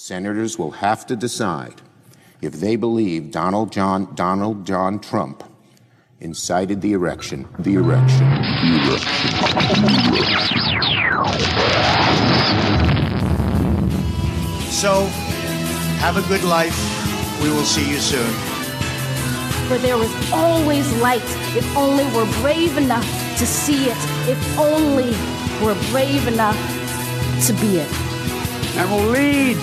senators will have to decide if they believe Donald John, Donald John Trump incited the erection, the erection, the erection. So, have a good life. We will see you soon. Where there was always light, if only we're brave enough to see it, if only we're brave enough to be it. And we'll lead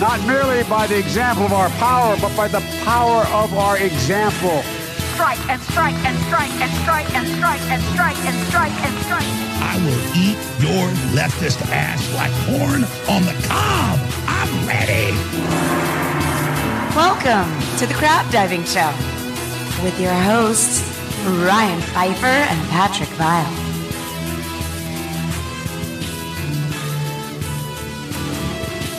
not merely by the example of our power, but by the power of our example. Strike and strike and strike and strike and strike and strike and strike and strike. I will eat your leftist ass like corn on the cob. I'm ready. Welcome to the Crab Diving Show with your hosts, Ryan Pfeiffer and Patrick Vile.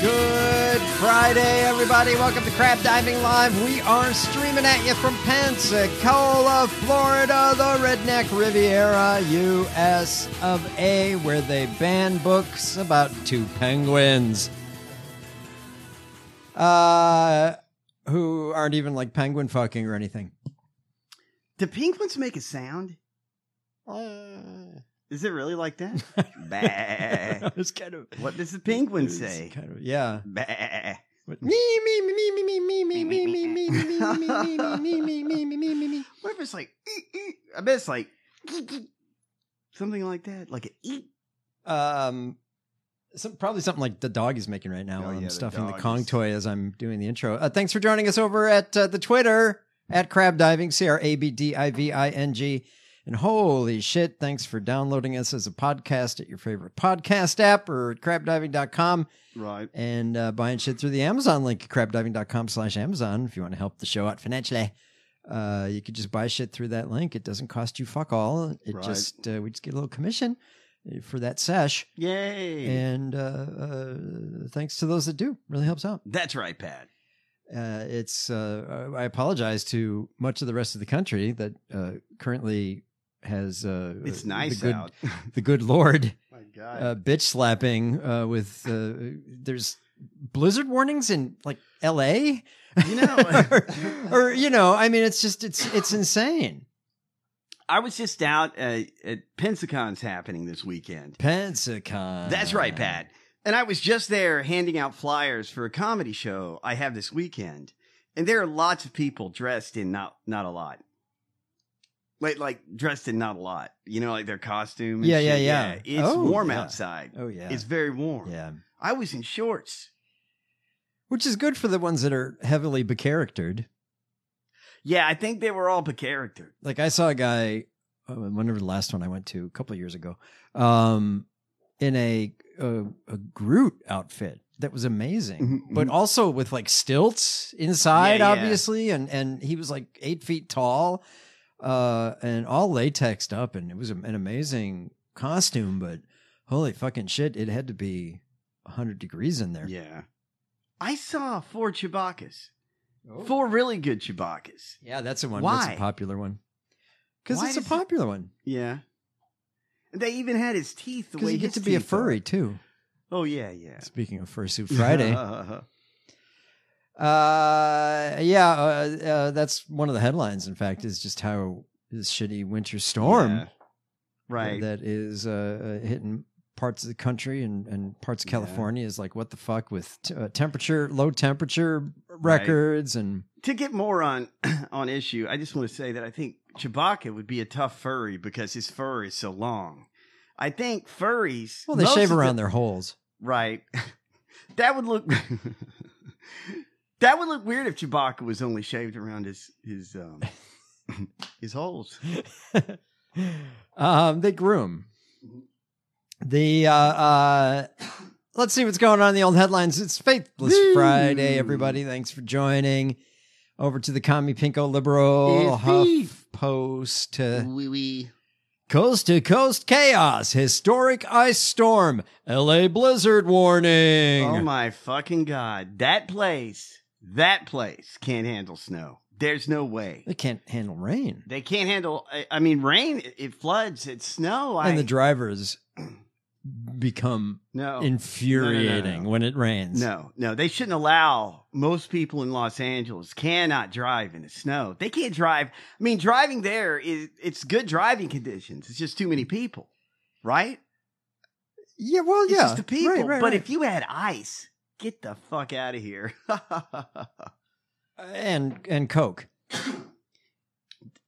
Good Friday, everybody. Welcome to Crab Diving Live. We are streaming at you from Pensacola, Florida, the Redneck Riviera, U.S. of A., where they ban books about two penguins. Uh, who aren't even like penguin fucking or anything. Do penguins make a sound? Uh, Is it really like that? I bah. was kind of. What does the penguin It's say? Kind of, yeah. Bah. What- Me, me, me, me, me, me, me, me, me, me, me, me, me, me, me, me, me, me, me, me. What if it's like? "Ee, ee"? I bet it's like "Ee, ee." something like that, like an eat. Um, some, probably something like the dog is making right now. Oh, while I'm yeah, the stuffing the, dog Kong is- toy as I'm doing the intro. Uh, thanks for joining us over at uh, the Twitter at Crab Diving, C R A B D I V I N G. And holy shit, thanks for downloading us as a podcast at your favorite podcast app or at crabdiving.com Right. and uh, buying shit through the Amazon link at crabdiving.com slash Amazon if you want to help the show out financially. Uh, you could just buy shit through that link. It doesn't cost you fuck all. It Right. just uh, we just get a little commission uh, for that sesh. Yay. And uh, uh, thanks to those that do, really helps out. That's right, Pat. Uh, it's uh, I apologize to much of the rest of the country that uh, currently has uh, It's the nice good- out. The good Lord My God. uh, bitch slapping uh, with uh, there's blizzard warnings in like L.A. You know- or, or, you know, I mean, it's just it's it's insane. I was just out uh, at Pensacon's happening this weekend. Pensacon. That's right, Pat. And I was just there handing out flyers for a comedy show I have this weekend. And there are lots of people dressed in not not a lot. Like like dressed in not a lot. You know, like their costume. and Yeah, yeah, shit. yeah. It's Oh, warm yeah. outside. Oh yeah, It's very warm. yeah, I was in shorts. which is good for the ones that are heavily becharactered. Yeah, I think they were all character. like I saw a guy uh, whenever the last one I went to a couple of years ago, um, in a, a a Groot outfit that was amazing, Mhm, but also with like stilts inside, Yeah, yeah. obviously, and and he was like eight feet tall, uh, and all latexed up, and it was an amazing costume, but holy fucking shit, it had to be hundred degrees in there. Yeah. I saw four Chewbacca's. Four really good Chewbacca's. Oh. Yeah, that's the one. That's Why? a popular one. Because Why it's a does it- popular one. Yeah. And they even had his teeth the Because way you get his to be a teeth are. furry too. Oh yeah, yeah. Speaking of fursuit Friday, Uh, uh, yeah, uh, uh, that's one of the headlines. In fact, is just how this shitty winter storm Yeah. right. that is uh, uh, hitting parts of the country and, and parts of Yeah. California is like what the fuck with t- uh, temperature, low temperature records, and to get more on on issue, I just want to say that I think Chewbacca would be a tough furry because his fur is so long. I think furries. well, they most shave of around the- their holes. right. that would look. that would look weird if Chewbacca was only shaved around his his um his holes. um, they groom. Mm-hmm. The uh, uh, let's see what's going on in the old headlines. It's Faithless Woo. Friday, everybody. Thanks for joining. Over to the Commie Pinko Liberal It's me. HuffPost. Uh, Wee wee. coast to coast chaos. Historic ice storm. LA blizzard warning. Oh my fucking god! That place, that place can't handle snow. There's no way. They can't handle rain. They can't handle. I, I mean, rain. It, it floods. It's snow. I, and the drivers become No. infuriating No, no, no, no. when it rains. No, no, they shouldn't allow most people in Los Angeles cannot drive in the snow. They can't drive. I mean, driving there is it's good driving conditions. It's just too many people, right? Yeah, well, It's yeah. just the people. Right, right, but right. if you had ice, get the fuck out of here. and and Coke.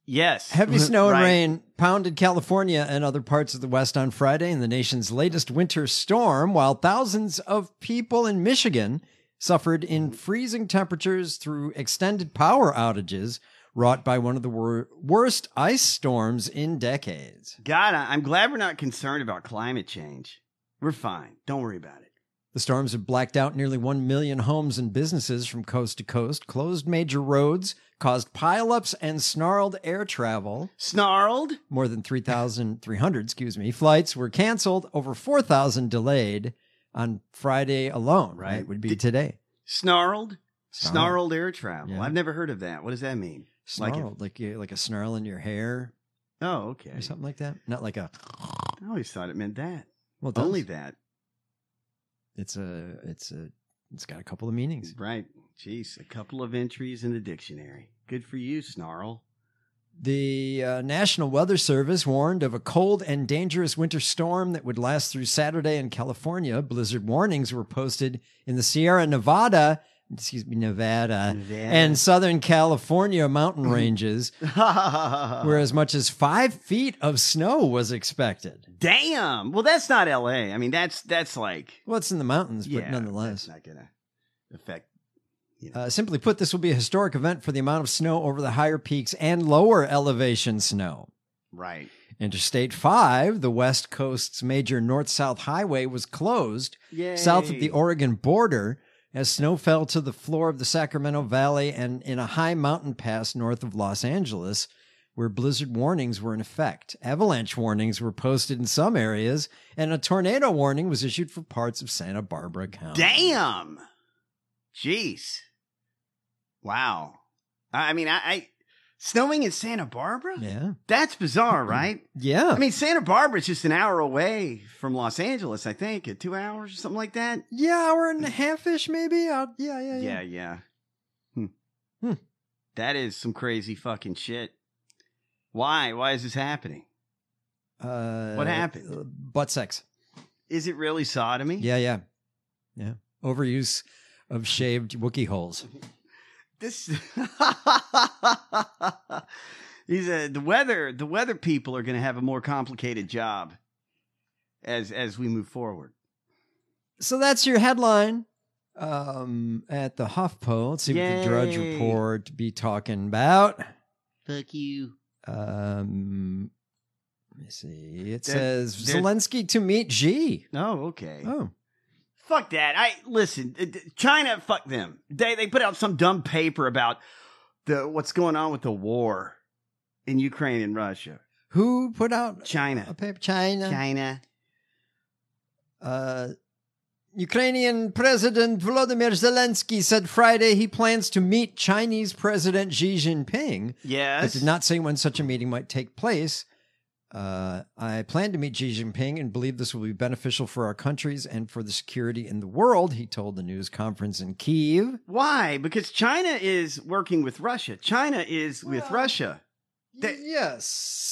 yes, Heavy snow and Right. rain pounded California and other parts of the West on Friday in the nation's latest winter storm, while thousands of people in Michigan suffered in freezing temperatures through extended power outages wrought by one of the wor- worst ice storms in decades. God, I- I'm glad we're not concerned about climate change. We're fine. Don't worry about it. The storms have blacked out nearly 1 million homes and businesses from coast to coast, closed major roads, caused pileups and snarled air travel. Snarled. more than 3,300, excuse me, flights were canceled, over 4,000 delayed on Friday alone. Right. It would be Did- today. Snarled? Snarled. Snarled air travel. Yeah. I've never heard of that. What does that mean? Like if- Snarl, like you, like a snarl in your hair Oh, okay. or something like that. Not like a I always thought it meant that. well, it does. Only that. It's a it's a it's got a couple of meanings. Right. Jeez, a couple of entries in the dictionary. Good for you, Snarl. The uh, National Weather Service warned of a cold and dangerous winter storm that would last through Saturday in California. Blizzard warnings were posted in the Sierra Nevada, excuse me, Nevada, and Southern California mountain ranges, Uh-huh. where as much as five feet of snow was expected. Damn. Well, that's not L.A. I mean, that's that's like. Well, it's in the mountains, but Yeah, nonetheless. that's not gonna affect. Uh, simply put, this will be a historic event for the amount of snow over the higher peaks and lower elevation snow. Right. Interstate 5, the West Coast's major north south highway, was closed Yay. south of the Oregon border as snow fell to the floor of the Sacramento Valley and in a high mountain pass north of Los Angeles, where blizzard warnings were in effect. Avalanche warnings were posted in some areas, and a tornado warning was issued for parts of Santa Barbara County. Damn. Jeez. Wow. I I mean, I, I snowing in Santa Barbara. Yeah. That's bizarre, right? Yeah. I mean, Santa Barbara's just an hour away from Los Angeles, I think, at two hours or something like that. yeah, hour and a half ish, maybe? i yeah, yeah, yeah. Yeah, yeah. Hmm. Hmm. That is some crazy fucking shit. Why? Why is this happening? Uh, What happened? uh, Butt sex. Is it really sodomy? Yeah, yeah. Yeah. Overuse of shaved Wookie holes. This. He's a, the weather. The weather people are going to have a more complicated job as as we move forward. So that's your headline um, at the HuffPo. Let's see what the Drudge Yay. Report be talking about. Fuck you. Um, let me see. It There- says there- Zelensky to meet Xi. Oh, okay. Oh, Fuck that. I listen. uh, d- China, fuck them. They they put out some dumb paper about the what's going on with the war in Ukraine and Russia. who put out a China, paper? China. China. Uh, Ukrainian President Volodymyr Zelensky said Friday he plans to meet Chinese President Xi Jinping Yes. It did not say when such a meeting might take place. Uh, I plan to meet Xi Jinping and believe this will be beneficial for our countries and for the security in the world, he told the news conference in Kiev. Why? Because China is working with Russia. China is with Well- Russia. That- yes,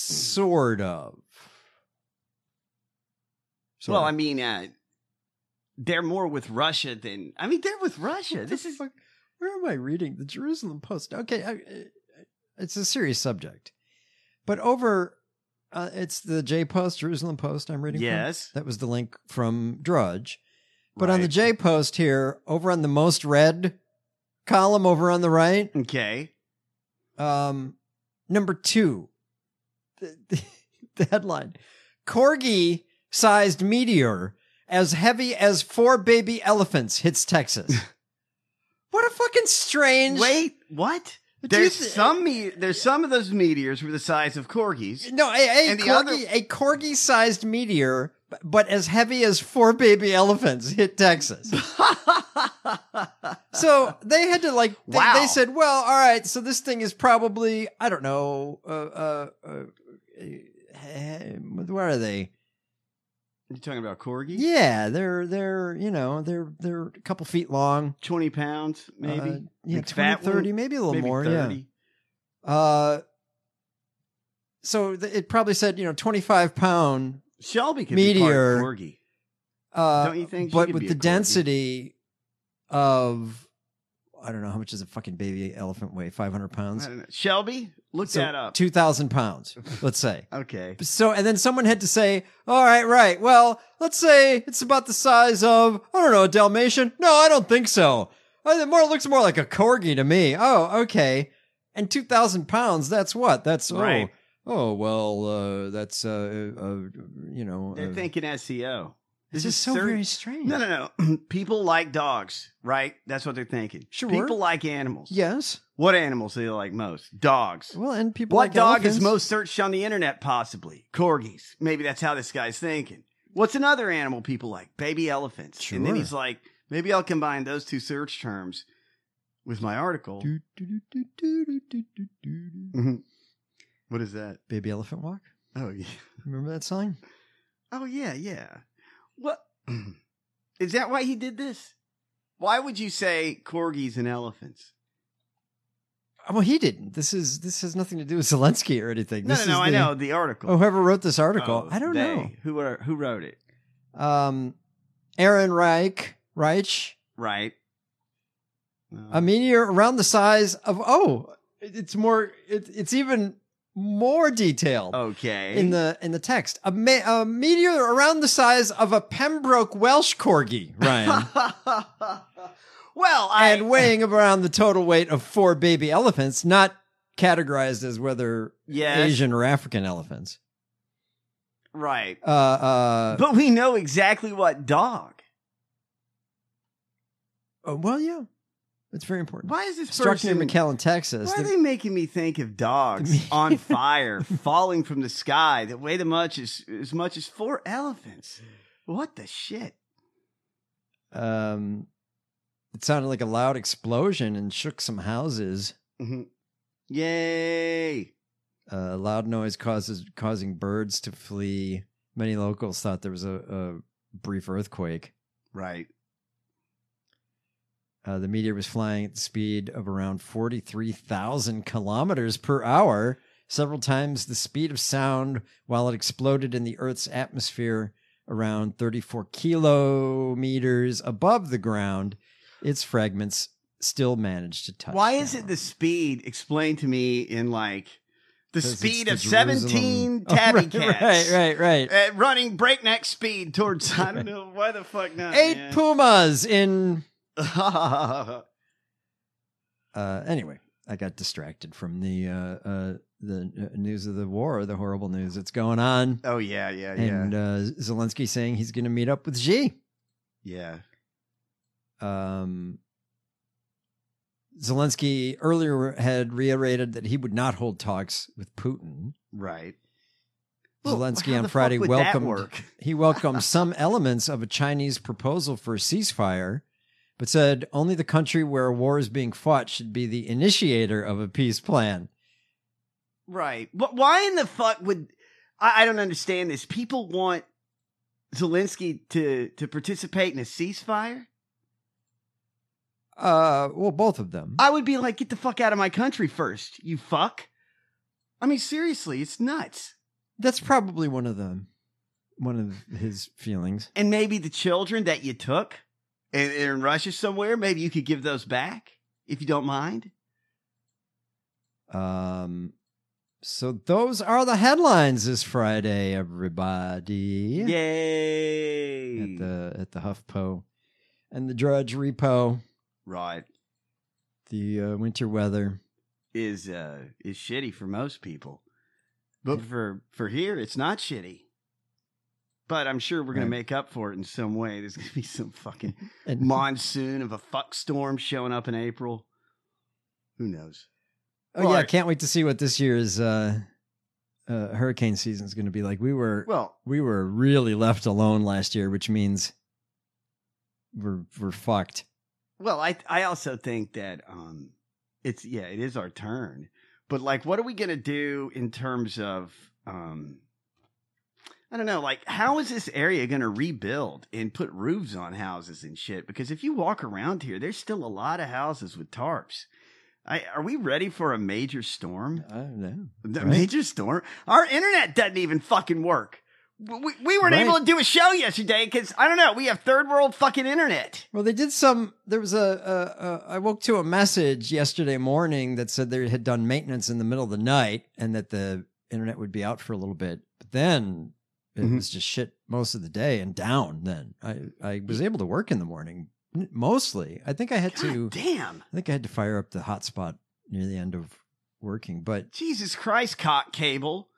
Mm. sort of. Sort Well, of. I mean, uh, they're more with Russia than I mean, they're with Russia. What This the is fuck- where am I reading the Jerusalem Post? Okay, I, I- it's a serious subject, but over uh, it's the J Post, Jerusalem Post. I'm reading. from. yes. That was the link from Drudge. But on the Right. J post here, over on the most read column over on the right, Okay. um, number two, the, the, the headline Corgi sized meteor as heavy as four baby elephants hits Texas. what a fucking strange. uh, Wait, what? Do you There's th- some me- there's some of those meteors were the size of corgis. No, a, a And the corgi, a corgi-sized meteor, bu- but as heavy as four baby elephants hit Texas. so they had to like they, Wow. they said well all right so this thing is probably i don't know uh, uh, uh, eh, what are they You talking about corgi? Yeah, they're they're you know they're they're a couple feet long, twenty pounds maybe. Uh, yeah, 20, Big fat one? 30, maybe a little Maybe more. 30. Yeah. Uh, so th- it probably said you know twenty five pound. Shelby could Meteor. be part corgi. Uh, Don't you think she But could with be the a corgi? density of, I don't know how much does a fucking baby elephant weigh? Five hundred I pounds. don't know. Shelby, look that up. two thousand pounds, let's say. okay. So, and then someone had to say, all right, right. Well, let's say it's about the size of, I don't know, a Dalmatian. No, I don't think so. I, it more looks more like a corgi to me. Oh, okay. And 2,000 pounds, that's what? That's, oh, Right. oh, well, uh, that's, uh, uh, you know. They're uh, thinking SEO. this is so third- very strange. No, no, no. People like dogs, right? That's what they're thinking. Sure. People like animals. Yes. What animals do they like most? Dogs. Well, and people What like dog elephants. is most searched on the internet? Possibly corgis. Maybe that's how this guy's thinking. What's another animal people like? Baby elephants. And then Sure. he's like, maybe I'll combine those two search terms with my article. Do, do, do, do, do, do, do, do, do, do. Mhm. What is that? Baby Elephant Walk? Oh yeah. Remember that song? Oh yeah, yeah. What is that? Why he did this? Why would you say corgis and elephants? Well, Oh, he didn't. This is this has nothing to do with Zelensky or anything. No, this no, no. is I the- know the article. Oh, whoever wrote this article, Oh, I don't they. who are, who wrote it. know. Um, Aaron Reich, Reich, Right. Um, a meteor around the size of oh, it- it's more, it, it's even more detailed Oh, Okay. in the in the text. A, me- a meteor around the size of a Pembroke Welsh corgi, Ryan, well, I and weighing around the total weight of four baby elephants, not categorized as whether Yes. Asian or African elephants. right, Uh, uh, but we know exactly what dog. uh, well, yeah, it's very important. Why is this Struck near person? McAllen, Texas. why are The- they making me think of dogs on fire falling from the sky that weigh the much as as much as four elephants? What the shit? um it sounded like a loud explosion and shook some houses Mm-hmm. Yay! uh loud noise causes causing birds to flee many locals thought there was a, a brief earthquake Right. uh, the meteor was flying at the speed of around 43,000 kilometers per hour, several times the speed of sound, while it exploded in the Earth's atmosphere around 34 kilometers above the ground. Its fragments still managed to touch. Why is down. it the speed? Explain to me in like the 'Cause it's speed the of Jerusalem- seventeen Oh, tabby right, cats. Right, right, right. at running breakneck speed towards I don't know why the fuck not Eight man. pumas in. Uh, anyway, I got distracted from the uh, uh, the uh, news of the war, the horrible news that's going on. oh yeah, yeah, yeah, and uh, Zelensky saying he's going to meet up with Xi. yeah. Um, Zelensky earlier had reiterated that he would not hold talks with Putin. Right. Zelensky how on the fuck Friday would that welcomed work? he welcomed some elements of a Chinese proposal for a ceasefire, but said only the country where a war is being fought should be the initiator of a peace plan. Right. But why in the fuck would I, I don't understand this? People want Zelensky to to participate in a ceasefire. Uh, well, both of them. I would be like, get the fuck out of my country first, you fuck. I mean, seriously, it's nuts. That's probably one of them. One of his feelings. And maybe the children that you took in, in Russia somewhere, maybe you could give those back if you don't mind. Um, so those are the headlines this Friday, everybody. Yay! At the at the HuffPo and the Drudge Repo, right the uh, winter weather. is uh is shitty for most people, but for for here it's not shitty. But I'm sure we're gonna Right. make up for it in some way. There's gonna be some fucking And monsoon of a fuck storm showing up in April. Who knows? oh yeah, Right. can't wait to see what this year's uh, uh, hurricane season is going to be like. We were Well, we were really left alone last year, which means we're we're fucked. Well, I I also think that um it's yeah, it is our turn. But like what are we going to do in terms of um I don't know, like, how is this area going to rebuild and put roofs on houses and shit? Because if you walk around here, there's still a lot of houses with tarps. I, are we ready for a major storm? I don't know. The Right? major storm? Our internet doesn't even fucking work. We, we weren't Right. able to do a show yesterday because, I don't know, we have third world fucking internet. Well, they did some. There was a, a, a. I woke to a message yesterday morning that said they had done maintenance in the middle of the night and that the internet would be out for a little bit. But then it Mhm. was just shit most of the day and down. Then I I was able to work in the morning n- mostly. I think I had to. God damn. I think I had to fire up the hotspot near the end of working. But Jesus Christ, cock cable.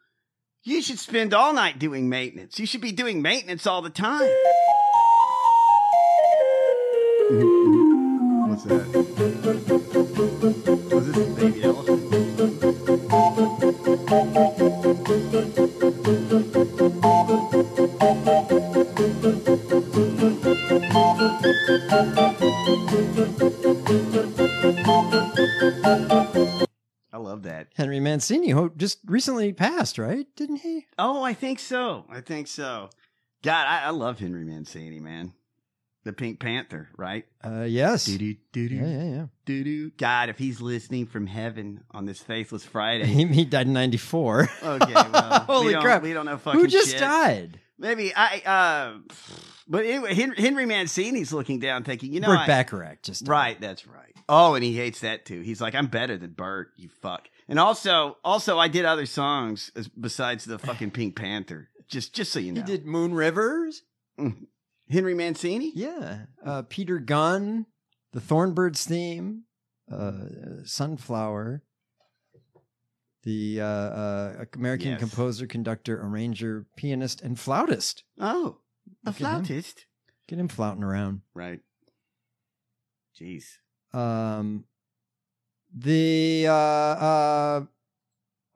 You should spend all night doing maintenance. You should be doing maintenance all the time. Mm-hmm. What's that? Was this the baby elephant? I love that. Henry Mancini, who just recently passed, right? Didn't he? Oh, I think so. I think so. God, I, I love Henry Mancini, man. The Pink Panther, right? Uh, yes. Yeah, Doo-doo, doo-doo, yeah, yeah. doo-doo. God, if he's listening from heaven on this Faithless Friday. He, he died in '94. Okay, well, we Holy don't- crap. We don't know fucking Who just shit. died? Maybe I, uh, but anyway, Hen- Henry Mancini's looking down thinking, you know, Burt I- Bacharach just died. Right, that's right. Oh, and he hates that too. He's like, I'm better than Bert, you fuck. And also, also, I did other songs as- besides the fucking Pink Panther. Just, just so you know, He did Moon Rivers. Mm-hmm. Henry Mancini. Yeah. Uh, Peter Gunn, the Thornbirds theme, uh, uh, Sunflower, the uh, uh, American Yes. composer, conductor, arranger, pianist, and flautist. Oh, Look at a him. flautist. Get him flouting around. Right. Jeez. Um, the uh, uh,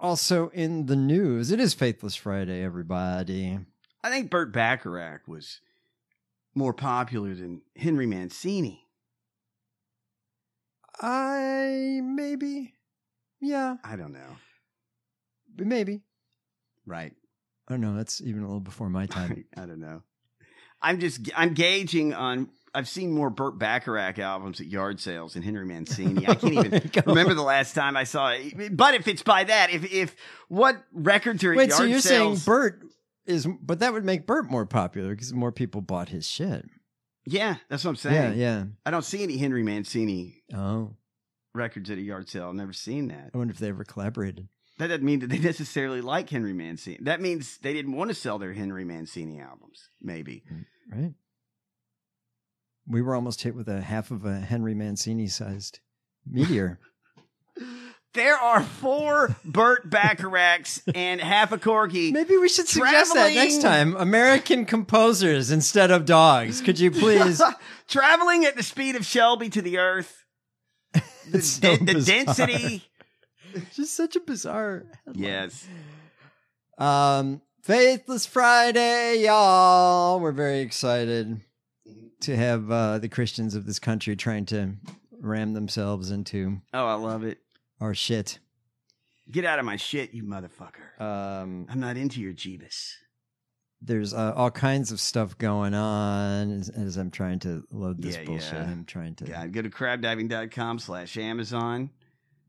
also in the news, it is Faithless Friday, everybody. I think Burt Bacharach was more popular than Henry Mancini. I maybe, yeah, I don't know. maybe. Right. I don't know. Oh, That's even a little before my time. I don't know. I'm just I'm gauging on. I've seen more Burt Bacharach albums at yard sales than Henry Mancini. I can't There even you go. remember the last time I saw it. But if it's by that, if if what records are at Wait, yard so you're saying sales- Bert is, but that would make Bert more popular because more people bought his shit. Yeah, that's what I'm saying. Yeah, I don't see any Henry Mancini yeah. Oh, records at a yard sale. I've never seen that. I wonder if they ever collaborated. That doesn't mean that they necessarily like Henry Mancini. That means they didn't want to sell their Henry Mancini albums. Maybe. Right. We were almost hit with a half of a Henry Mancini sized meteor. There are four Burt Bacharachs and half a corgi. Maybe we should suggest that next Traveling- time. American composers instead of dogs. Could you please? traveling at the speed of Shelby to the Earth. The, It's so the bizarre. density. Just such a bizarre. headline. Yes. Um, Faithless Friday, y'all. We're very excited to have uh, the Christians of this country trying to ram themselves into Oh, I love it. our shit. Get out of my shit, you motherfucker. Um, I'm not into your Jeebus. there's uh, all kinds of stuff going on as, as I'm trying to load this Yeah, bullshit. yeah. I'm trying to. God, go to crabdiving.com slash Amazon.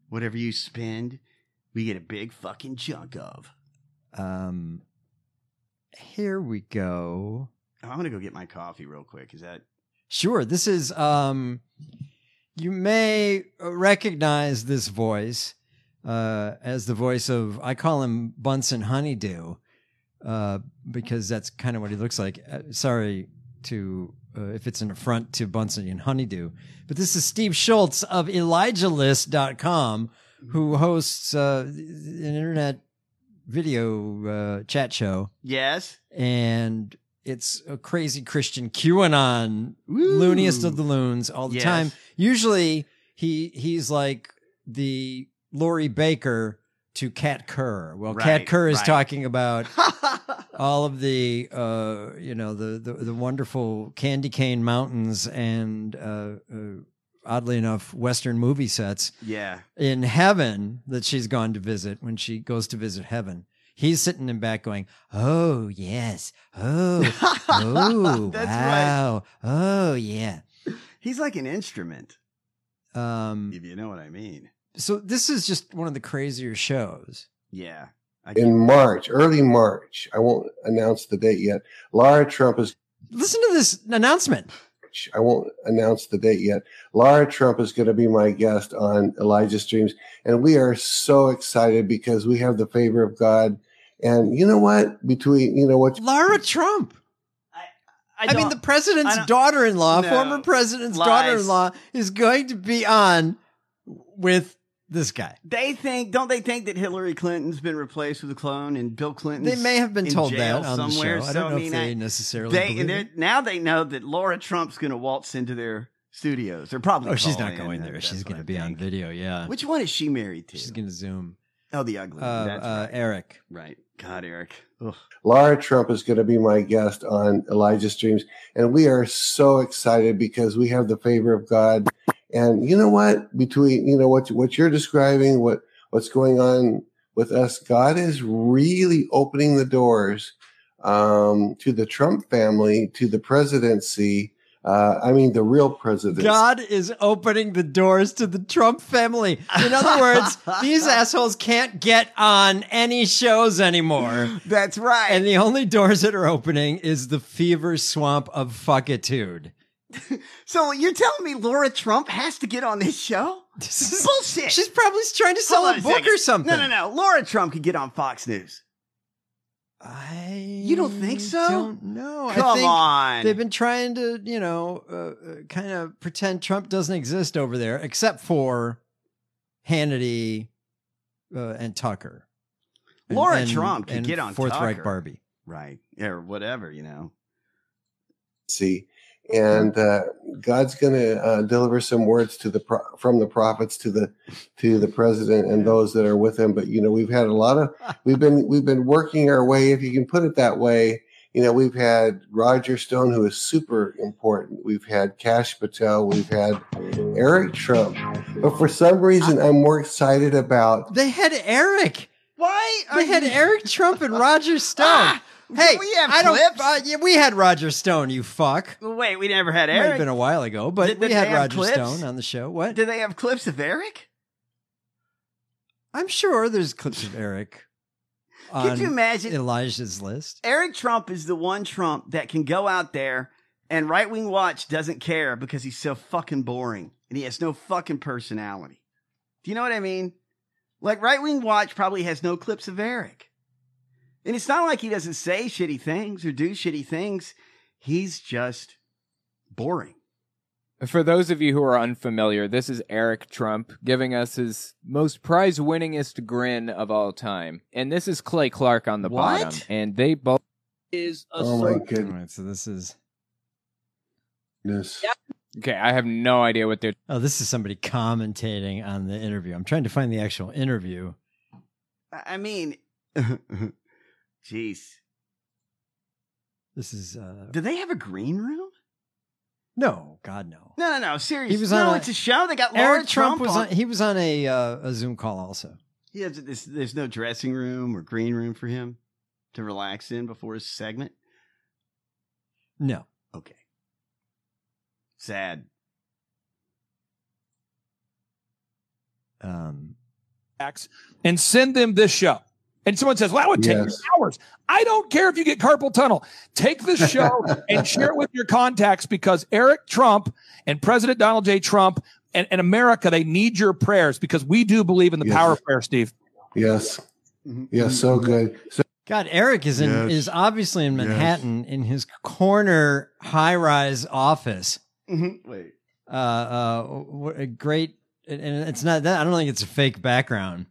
Whatever you spend, we get a big fucking chunk of. Um, here we go. Oh, I'm gonna go get my coffee real quick. Is that Sure. This is um you may recognize this voice uh as the voice of I call him Bunsen Honeydew uh because that's kind of what he looks like. Uh, sorry to uh, if it's an affront to Bunsen and Honeydew. But this is Steve Schultz of ElijahList.com who hosts uh an internet video uh chat show yes? and it's a crazy Christian QAnon, Woo. looniest of the loons all the Yes. time. Usually he he's like the Lori Baker to Kat Kerr. Well, Right, Kat Kerr is right. talking about all of the uh, you know the, the the wonderful Candy Cane Mountains and uh, uh, oddly enough Western movie sets yeah. in heaven that she's gone to visit when she goes to visit heaven. He's sitting in back going, Oh, yes. Oh, oh, That's wow. Oh, yeah. He's like an instrument, Um, if you know what I mean. so this is just one of the crazier shows. Yeah. I in March, early March. I won't announce the date yet. Lara Trump is. Listen to this announcement. I won't announce the date yet. Lara Trump is going to be my guest on Elijah Streams, and we are so excited because we have the favor of God. And you know what? Between you know what, Lara Trump. I, mean, don't- the I president's don't- daughter in law, No. former president's Lies. daughter in law, is going to be on with this guy. They think, don't they think that Hillary Clinton's been replaced with a clone and Bill Clinton? They may have been in told jail that on the somewhere? show. I So, don't know mean, if they I- necessarily. they, believe and they're- it. now they know that Laura Trump's going to waltz into their studios. They're probably. Oh, she's calling not in, going that- there. that's She's what going I to be on think. video. Yeah, Which one is she married to? she's going to zoom. oh, the ugly. Uh, one. That's uh, Eric. right. God, Eric. Ugh. Lara Trump is going to be my guest on Elijah Streams, and we are so excited because we have the favor of God. And you know what? Between you know what what you're describing, what what's going on with us, God is really opening the doors um, to the Trump family, to the presidency. Uh, I mean, the real presidency. God is opening the doors to the Trump family. In other words, these assholes can't get on any shows anymore. That's right. And the only doors that are opening is the fever swamp of fuckitude. so you're telling me Laura Trump has to get on this show? This is- Bullshit. She's probably trying to sell Hold a, on book second. or something. No, no, no. Laura Trump could get on Fox News. I You don't think so? Don't know. I Come think on. They've been trying to, you know, uh, uh, kind of pretend Trump doesn't exist over there, except for Hannity uh, and Tucker. And- Laura and- Trump could and get on Fourth Reich Tucker. Barbie. right. Or whatever, you know. see and uh, god's going to uh, deliver some words to the pro- from the prophets to the to the president and those that are with him but you know we've had a lot of we've been we've been working our way if you can put it that way you know we've had roger stone who is super important we've had cash patel we've had eric trump but for some reason i'm more excited about They had Eric. Why? are They had you- Eric Trump and Roger Stone. Ah! hey, we have I clips? don't. Uh, yeah, we had Roger Stone. You fuck. Well, Wait, we never had It might have Eric. been a while ago, but Did- we did they had have Roger clips? Stone on the show. What? Do they have clips of Eric? I'm sure there's clips of Eric. Could on you imagine? Elijah's list? Eric Trump is the one Trump that can go out there and right wing watch doesn't care because he's so fucking boring and he has no fucking personality. Do you know what I mean? Like right wing watch probably has no clips of Eric. And it's not like he doesn't say shitty things or do shitty things. He's just boring. For those of you who are unfamiliar, this is Eric Trump giving us his most prize winningest grin of all time. And this is Clay Clark on the What? bottom. And they both is a oh my All goodness right, so this is Okay, I have no idea what they're oh, this is somebody commentating on the interview. I'm trying to find the actual interview. I I mean, jeez. This is uh Do they have a green room? no, God no. No, no, no. Seriously. He was no, on a- it's a show. They got Laura Eric Trump, was on, on. he was on a uh, a Zoom call also. He has this, there's no dressing room or green room for him to relax in before his segment. No, Okay. Sad. um, facts and send them this show. And someone says, "Wow, it takes Yes. hours." I don't care if you get carpal tunnel. Take this show and share it with your contacts because Eric Trump and President Donald J. Trump and, and America they need your prayers because we do believe in the Yes. power of prayer, Steve. yes yes so good so God, Eric is in Yes. is obviously in Manhattan in his corner high rise office. Mm-hmm. Wait. Uh, uh, wh- a great, and- and it's not that I don't think it's a fake background.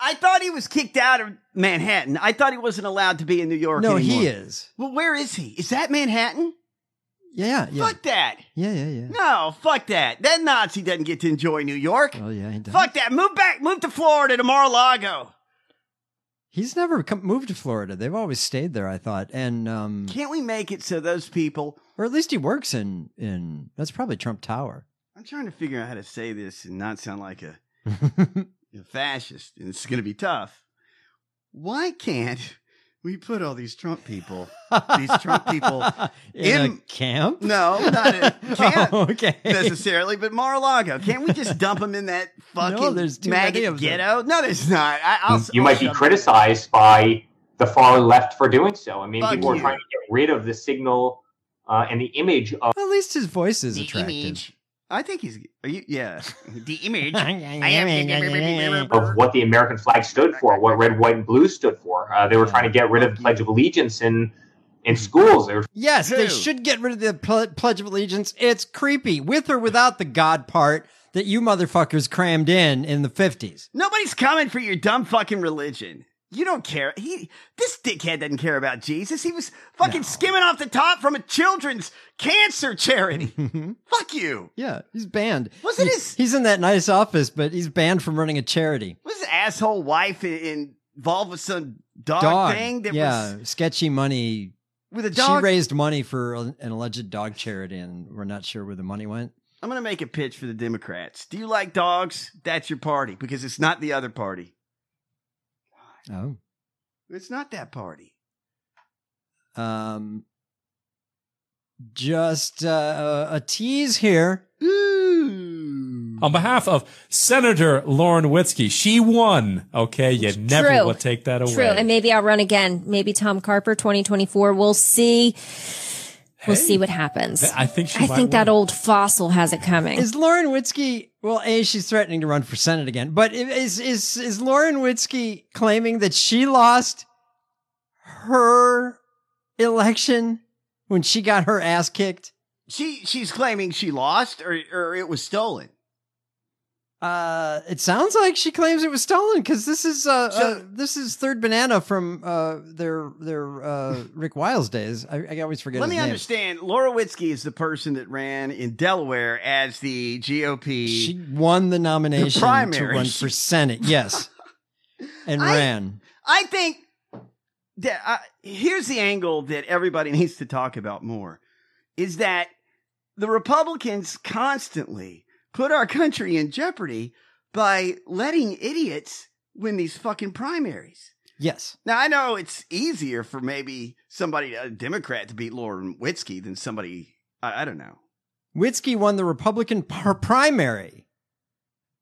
I thought he was kicked out of Manhattan. I thought he wasn't allowed to be in New York. no, he anymore. is. Well, where is he? Is that Manhattan? Yeah, yeah, Fuck that. yeah, yeah, yeah. No, fuck that. That Nazi doesn't get to enjoy New York. Oh yeah, he does. Fuck that. Move back. Move to Florida to Mar-a-Lago. He's never come, moved to Florida. They've always stayed there, I thought, and um, Can't we make it so those people or at least he works in in that's probably Trump Tower. I'm trying to figure out how to say this and not sound like a and fascist, and it's going to be tough. Why can't we put all these Trump people, these Trump people In a camp? No, not in a camp Oh, okay. necessarily, but Mar-a-Lago. Can't we just dump them in that fucking there's too many maggot of them. ghetto? No, there's not. I, I'll, you might be criticized by the far left for doing so. I mean, Fuck people are you. trying to get rid of the signal uh, and the image of. At least his voice is attractive. I think he's. Are you, yeah, the image. of what the American flag stood for, what red, white, and blue stood for. Uh, they were trying to get rid of the Pledge of Allegiance in in schools. They were Yes, they should get rid of the pl- Pledge of Allegiance. It's creepy, with or without the God part that you motherfuckers crammed in in the 50s. Nobody's coming for your dumb fucking religion. You don't care. He, this dickhead doesn't care about Jesus. He was fucking skimming off the top from a children's cancer charity. Mm-hmm. Fuck you. Yeah, he's banned. Wasn't He- his- He's in that nice office, but he's banned from running a charity. Was his asshole wife in, involved with some dog, thing that yeah, was sketchy money. with a dog? She raised money for an an alleged dog charity, and we're not sure where the money went. I'm gonna make a pitch for the Democrats. Do you like dogs? That's your party because it's not the other party. Oh, It's not that party. um, just uh, a tease here. On behalf of Senator Lauren Witzke, she won. Okay, you never True. will take that away. True. And maybe I'll run again. Maybe Tom Carper 2024. We'll see. We'll see what happens. Th- I think she I might think that old fossil has it coming. Is Lauren Witzke? Well, a she's threatening to run for senate again, but i- is is is Lauren Witzke claiming that she lost her election when she got her ass kicked? She she's claiming she lost or or it was stolen. Uh, it sounds like she claims it was stolen because this is uh, So- uh this is third banana from uh their their uh Rick Wiles days. I, I always forget. Let his me name. understand. Laura Witzke is the person that ran in Delaware as the GOP. She won the nomination to primary. run for senate. Yes, and I- ran. I think that uh, here's the angle that everybody needs to talk about more is that the Republicans constantly put our country in jeopardy by letting idiots win these fucking primaries. Yes. Now I know it's easier for maybe somebody a Democrat to beat Lauren Witzke than somebody I, I don't know. Witzke won the Republican par- primary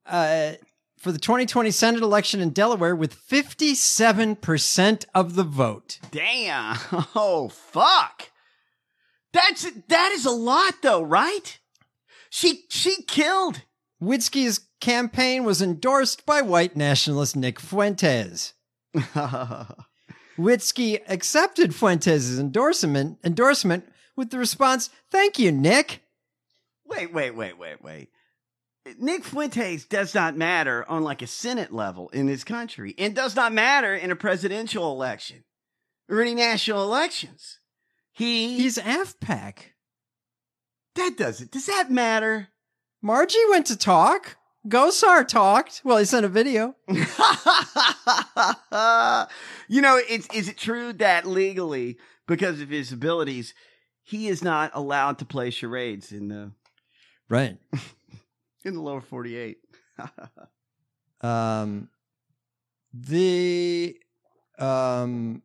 uh, for the 2020 Senate election in Delaware with 57% of the vote. Damn! Oh fuck! That's that is a lot though, right? She she killed. Witzke's campaign was endorsed by white nationalist Nick Fuentes. Witzke accepted Fuentes' endorsement, endorsement with the response, Thank you, Nick. Wait, wait, wait, wait, wait. Nick Fuentes does not matter on like a Senate level in this country and does not matter in a presidential election or any national elections. He He's AFPAC. That doesn't. Does that matter? Margie went to talk. Gosar talked. Well, he sent a video. Uh, you know, it's, is it true that legally, because of his abilities, he is not allowed to play charades in the Right. in the lower forty-eight? Um, the um,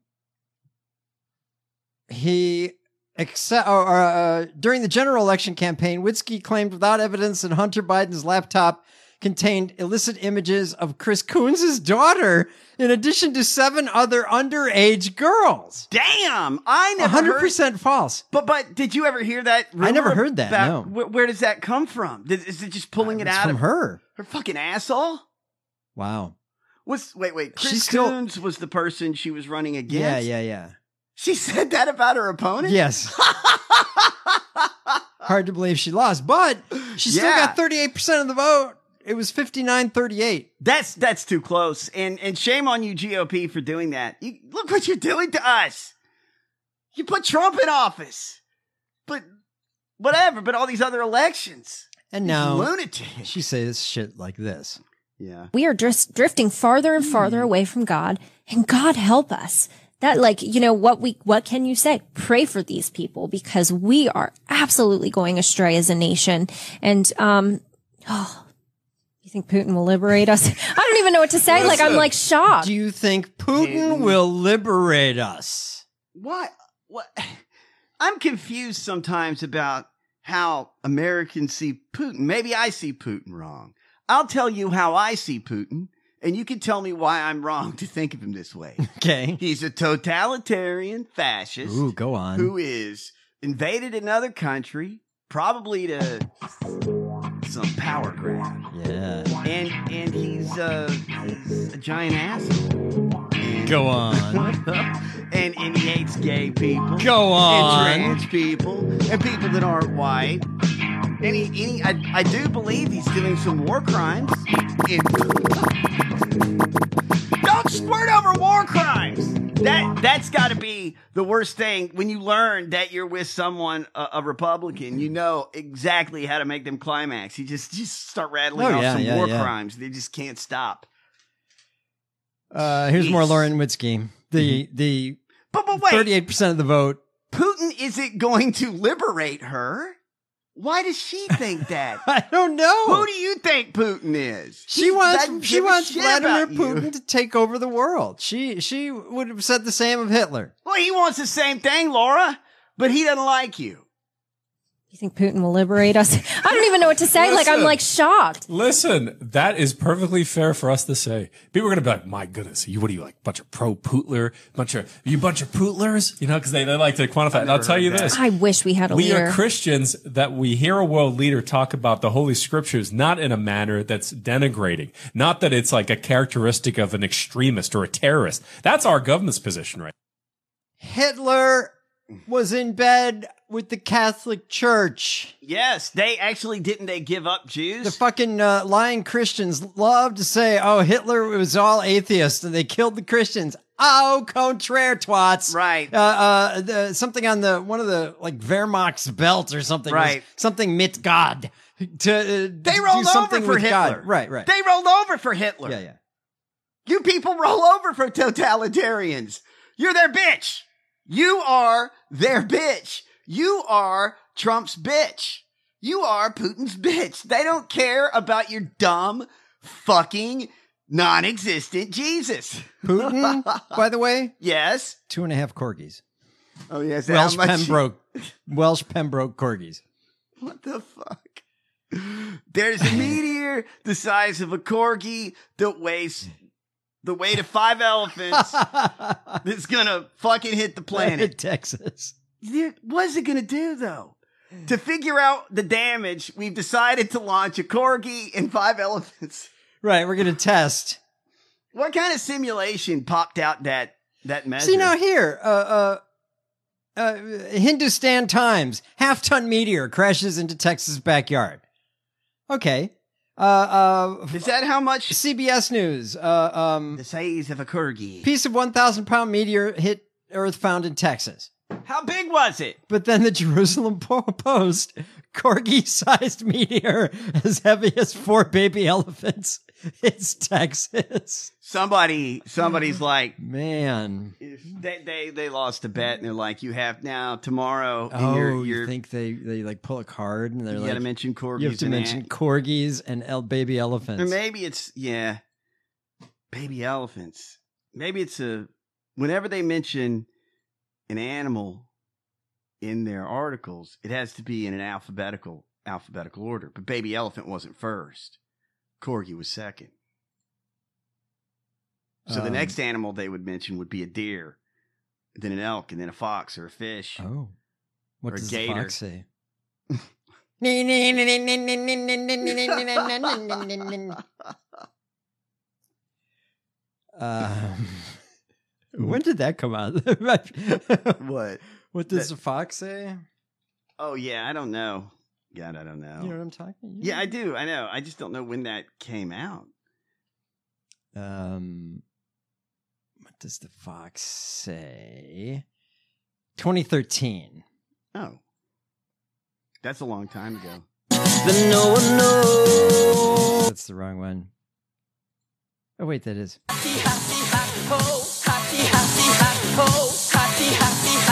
he except or, or, uh, during the general election campaign, Witzke claimed without evidence that Hunter Biden's laptop contained illicit images of Chris Coons' daughter, in addition to seven other underage girls. Damn, I never hundred heard- percent false. But but did you ever hear that? I never rumor heard that, about- no. where, where does that come from? Did, is it just pulling it It's out from of her. Her fucking asshole. Wow. Was wait wait. She's Chris still- Coons was the person she was running against. Yeah, yeah, yeah. She said that about her opponent. Yes. Hard to believe she lost, but she still Yeah. got 38% of the vote. It was 59 38. That's that's too close. And and shame on you GOP for doing that. You, look what you're doing to us. You put Trump in office. But whatever, but all these other elections. And These now lunatic. she says shit like this. Yeah. we are just drifting farther and Hmm. farther away from God and God help us. That like, you know, what we, what can you say? Pray for these people because we are absolutely going astray as a nation. And, um, oh, You think Putin will liberate us? I don't even know what to say. like I'm Listen, like shocked. Do you think Putin will liberate us? What? What? I'm confused sometimes about how Americans see Putin. Maybe I see Putin wrong. I'll tell you how I see Putin, and you can tell me why I'm wrong to think of him this way. Okay. He's a totalitarian fascist. Ooh, go on. Who is invaded another country, probably to some power grab. Yeah. And and he's uh he's a giant asshole. Go on. and and he hates gay people. Go on. And trans people and people that aren't white. And he, and he I, I do believe he's doing some war crimes. in- don't squirt over war crimes. That that's got to be the worst thing when you learn that you're with someone a, a Republican. You know exactly how to make them climax. You just just start rattling Oh, off yeah, some yeah, war yeah. crimes. They just can't stop. Uh, here's more Lauren Witzke. Mm-hmm. The the thirty-eight percent of the vote. Putin isn't going to liberate her. Why does she think that? I don't know. Who do you think Putin is? She He wants doesn't she give a wants shit Vladimir about you. Putin to take over the world. She she would have said the same of Hitler. Well, he wants the same thing, Laura, but he doesn't like you. You think Putin will liberate us? I don't even know what to say. Like I'm Listen. like shocked. Listen, that is perfectly fair for us to say. People are going to be like, my goodness, you, what are you like? Bunch of pro Pootler, bunch of, you bunch of Pootlers, you know, cause they, they like to quantify it. And I'll tell you this. I wish we had a we leader. are Christians that we hear a world leader talk about the Holy Scriptures not in a manner that's denigrating, not that it's like a characteristic of an extremist or a terrorist. That's our government's position, right? Hitler was in bed with the Catholic Church. Yes, they actually didn't. They give up Jews. The fucking uh, lying Christians love to say, "Oh, Hitler was all atheist and they killed the Christians." Oh, contraire twats. Right. Uh, uh, the, something on the one of the like Wehrmacht's belt or something. was Right. Something mit God. To uh, They rolled do something over for with Hitler. God. Right. Right. They rolled over for Hitler. yeah. Yeah. You people roll over for totalitarians. You're their bitch. You are their bitch. You are Trump's bitch. You are Putin's bitch. They don't care about your dumb, fucking, non existent Jesus. Putin, by the way, Yes. two and a half corgis. Oh, yes. Welsh how much- Pembroke. Welsh Pembroke corgis. What the fuck? There's a meteor the size of a corgi that weighs the weight of five elephants that's gonna fucking hit the planet. Texas. Dude, What's it gonna do though? To figure out the damage, we've decided to launch a corgi and five elephants. Right. We're gonna test. What kind of simulation popped out that that measure? See now here, uh, uh, uh, Hindustan Times half ton meteor crashes into Texas backyard. Okay. Uh, uh, Is that how much? CBS News. Uh, um, the size of a corgi. piece of one thousand pound meteor hit Earth found in Texas. How big was it? But then the Jerusalem Po- Post, corgi sized meteor as heavy as four baby elephants. It's Texas. Somebody, somebody's like, Man. they they they lost a bet and they're like, you have now tomorrow. And Oh, you're, you you're, think they, they like pull a card and they're You like, gotta mention corgis You have to and mention ant- corgis and el- baby or elephants. maybe it's yeah, baby elephants. Maybe it's a whenever they mention an animal in their articles, it has to be in an alphabetical alphabetical order. But baby elephant wasn't first. Corgi was second. So the Um, next animal they would mention would be a deer, then an elk, and then a fox or a fish. Oh, what Or a does the gator. fox say? Um, when did that come out? what? What does That- the fox say? Oh yeah, I don't know. God, I don't know. You know what I'm talking? yeah, I do. I know. I just don't know when that came out. Um, what does the fox say? 2013. Oh, that's a long time ago. Then no one knows. That's the wrong one. Oh wait, that is.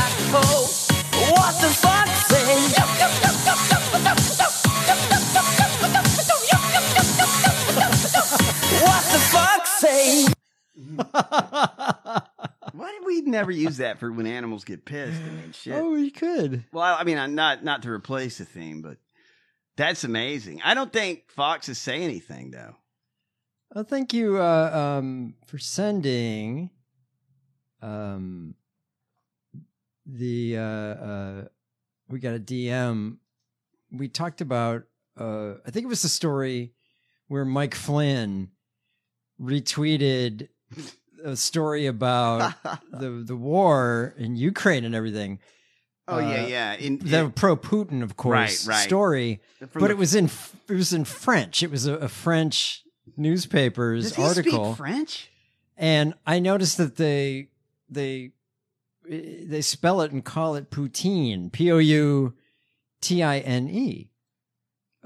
What the fuck say? never use that for when animals get pissed and then shit. Oh, you could. Well, I mean, I'm not not to replace the theme, but that's amazing. I don't think foxes say anything though. Well, thank you uh, um, for sending um, the. Uh, uh, we got a DM. We talked about. Uh, I think it was the story where Mike Flynn retweeted a story about the the war in Ukraine and everything. Uh, Oh yeah, yeah. In, the pro Putin, of course, Right, right. story. From but the- it was in it was in French. It was a, a French newspaper's Does he article. speak French? And I noticed that they they they spell it and call it poutine, P O U T I N E.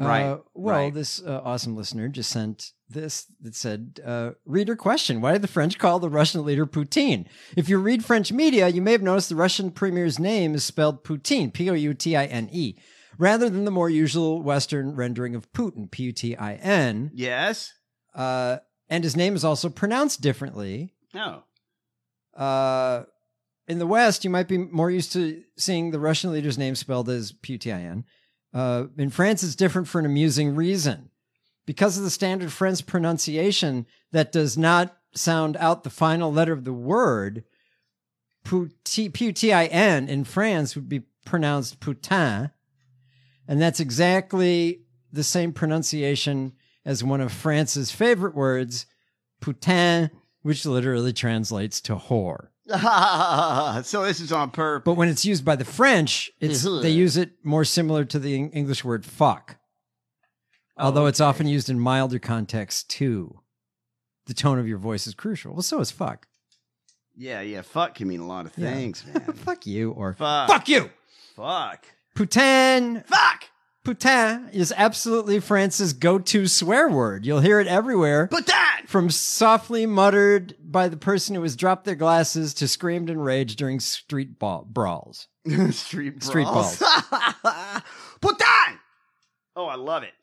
Right, Uh, well, right. this uh, awesome listener just sent this that said, uh, "Reader question: Why did the French call the Russian leader Poutine? If you read French media, you may have noticed the Russian premier's name is spelled Poutine, P-O-U-T-I-N-E, E, rather than the more usual Western rendering of Putin, P-U-T-I-N. Yes. Uh, and his name is also pronounced differently." No. Uh, in the West, you might be more used to seeing the Russian leader's name spelled as Putin. Uh, in France, it's different for an amusing reason. Because of the standard French pronunciation that does not sound out the final letter of the word, Puti- Putin in France would be pronounced Putin. And that's exactly the same pronunciation as one of France's favorite words, putain, which literally translates to whore. so this is on purpose. But when it's used by the French, it's Mhm. they use it more similar to the Eng- English word fuck. Oh, Although it's often used in milder contexts too. The tone of your voice is crucial. Well, so is fuck. Yeah, yeah. Fuck can mean a lot of Yeah. things, man. Fuck you or Fuck. you. Fuck. Putain. Fuck. Putain is absolutely France's go-to swear word. You'll hear it everywhere. Putain. From softly muttered by the person who has dropped their glasses to screamed in rage during street ball- brawls. Street Street balls. Putain. Oh, I love it.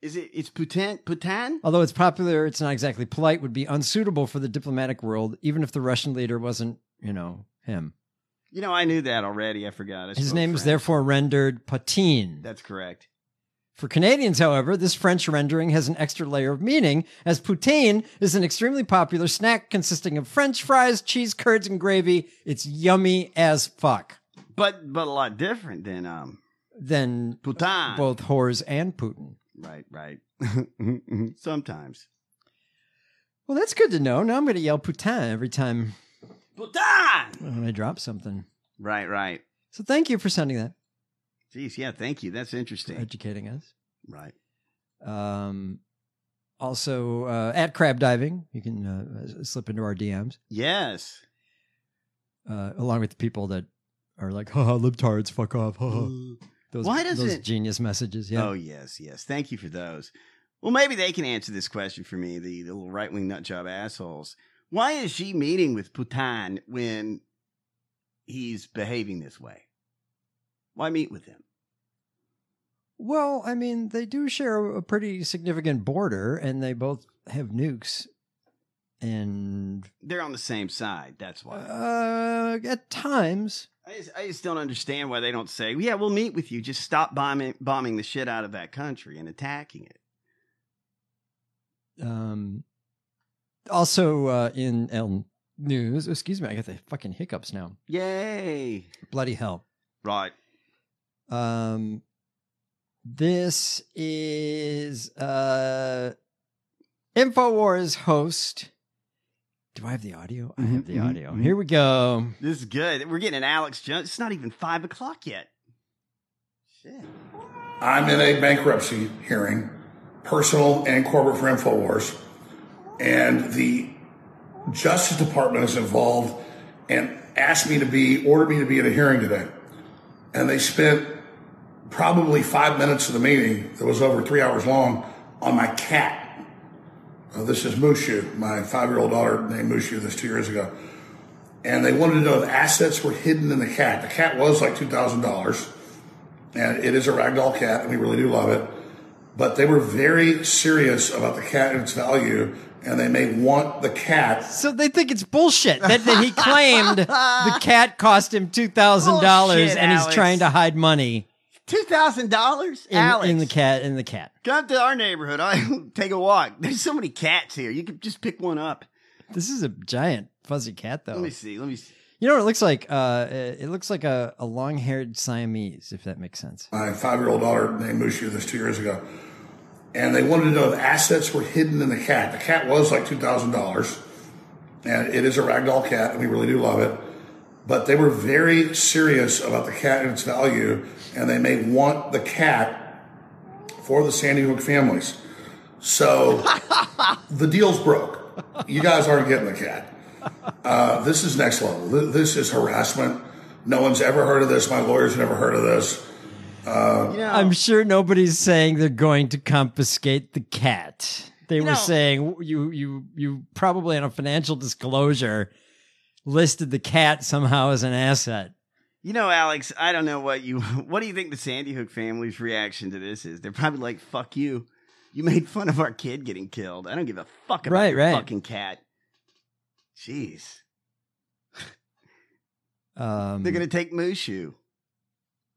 Is it? It's putain. Putain. Although it's popular, it's not exactly polite, would be unsuitable for the diplomatic world, even if the Russian leader wasn't, you know, him. You know, I knew that already. I forgot. I His spoke name is French. therefore rendered Poutine. That's correct. For Canadians, however, this French rendering has an extra layer of meaning, as poutine is an extremely popular snack consisting of French fries, cheese curds, and gravy. It's yummy as fuck. But but a lot different than um. Then Putain. both whores and Putin. Right. Right. Sometimes. Well, that's good to know. Now I'm going to yell poutine every time Putain. when I drop something. Right. Right. So thank you for sending that, Jeez. Yeah. Thank you. That's for interesting. educating us. Right. Um, also, uh, at crab diving, you can uh, uh, slip into our DMs Yes. uh, along with the people that are like, haha, libtards, fuck off. Haha. Those, Why does those it- genius messages? Yeah. Oh yes, yes. Thank you for those. Well, maybe they can answer this question for me. The, the little right wing nutjob assholes. Why is she meeting with Putin when he's behaving this way? Why meet with him? Well, I mean, they do share a pretty significant border and they both have nukes. And They're on the same side. That's why. uh, at times, I just, I just don't understand why they don't say, "Yeah, we'll meet with you. Just stop bombing bombing the shit out of that country and attacking it." um, also uh, in El News, oh, excuse me, I got the fucking hiccups now. Yay! Bloody hell. Right. Um, this is uh, Infowars host. Do I have the audio? I have the Mhm, audio. mhm. Here we go. This is good. We're getting an Alex Jones. It's not even five o'clock yet. I'm in a bankruptcy hearing, personal and corporate for InfoWars, and the Justice Department is involved and asked me to be, ordered me to be at a hearing today. And they spent probably five minutes of the meeting that was over three hours long on my cat. Uh, this is Mushu, my five year old daughter named Mushu this two years ago. And they wanted to know if assets were hidden in the cat. The cat was like $2,000 and it is a ragdoll cat, and we really do love it. but they were very serious about the cat and its value, and they may want the cat. So they think it's bullshit that, that he claimed the cat cost him two thousand dollars, Bullshit, and he's Alex. trying to hide money Two thousand dollars, in, Alex. in the cat. In the cat. Come to our neighborhood. I take a walk. There's so many cats here. You could just pick one up. This is a giant fuzzy cat, though. Let me see. Let me see. You know what it looks like? Uh, it looks like a, a long-haired Siamese, if that makes sense. My five year old daughter named Mushu this two years ago. And they wanted to know if assets were hidden in the cat. The cat was like $2,000. And it is a ragdoll cat, and we really do love it. But they were very serious about the cat and its value, and they may want the cat for the Sandy Hook families. So the deal's broke. You guys aren't getting the cat. Uh, this is next level. Th- This is harassment. No one's ever heard of this. My lawyer's never heard of this. Uh, I'm sure nobody's saying they're going to confiscate the cat. They were saying you you you probably on a financial disclosure listed the cat somehow as an asset. You know, Alex. I don't know what you. What do you think the Sandy Hook family's reaction to this is? They're probably like, "Fuck you." You made fun of our kid getting killed. I don't give a fuck about Right, your right. fucking cat. Jeez. Um, They're gonna take Mushu.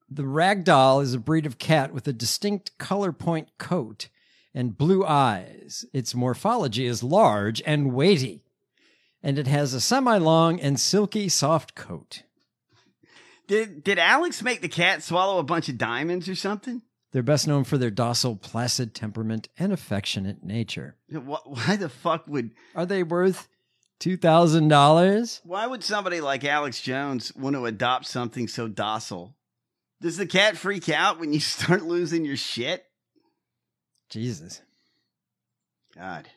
The ragdoll is a breed of cat with a distinct color point coat and blue eyes. Its morphology is large and weighty, and it has a semi-long and silky soft coat. Did did Alex make the cat swallow a bunch of diamonds or something? They're best known for their docile, placid temperament and affectionate nature. Wh- Why the fuck would Are they worth two thousand dollars? why would somebody like Alex Jones want to adopt something so docile? Does the cat freak out when you start losing your shit? Jesus. God.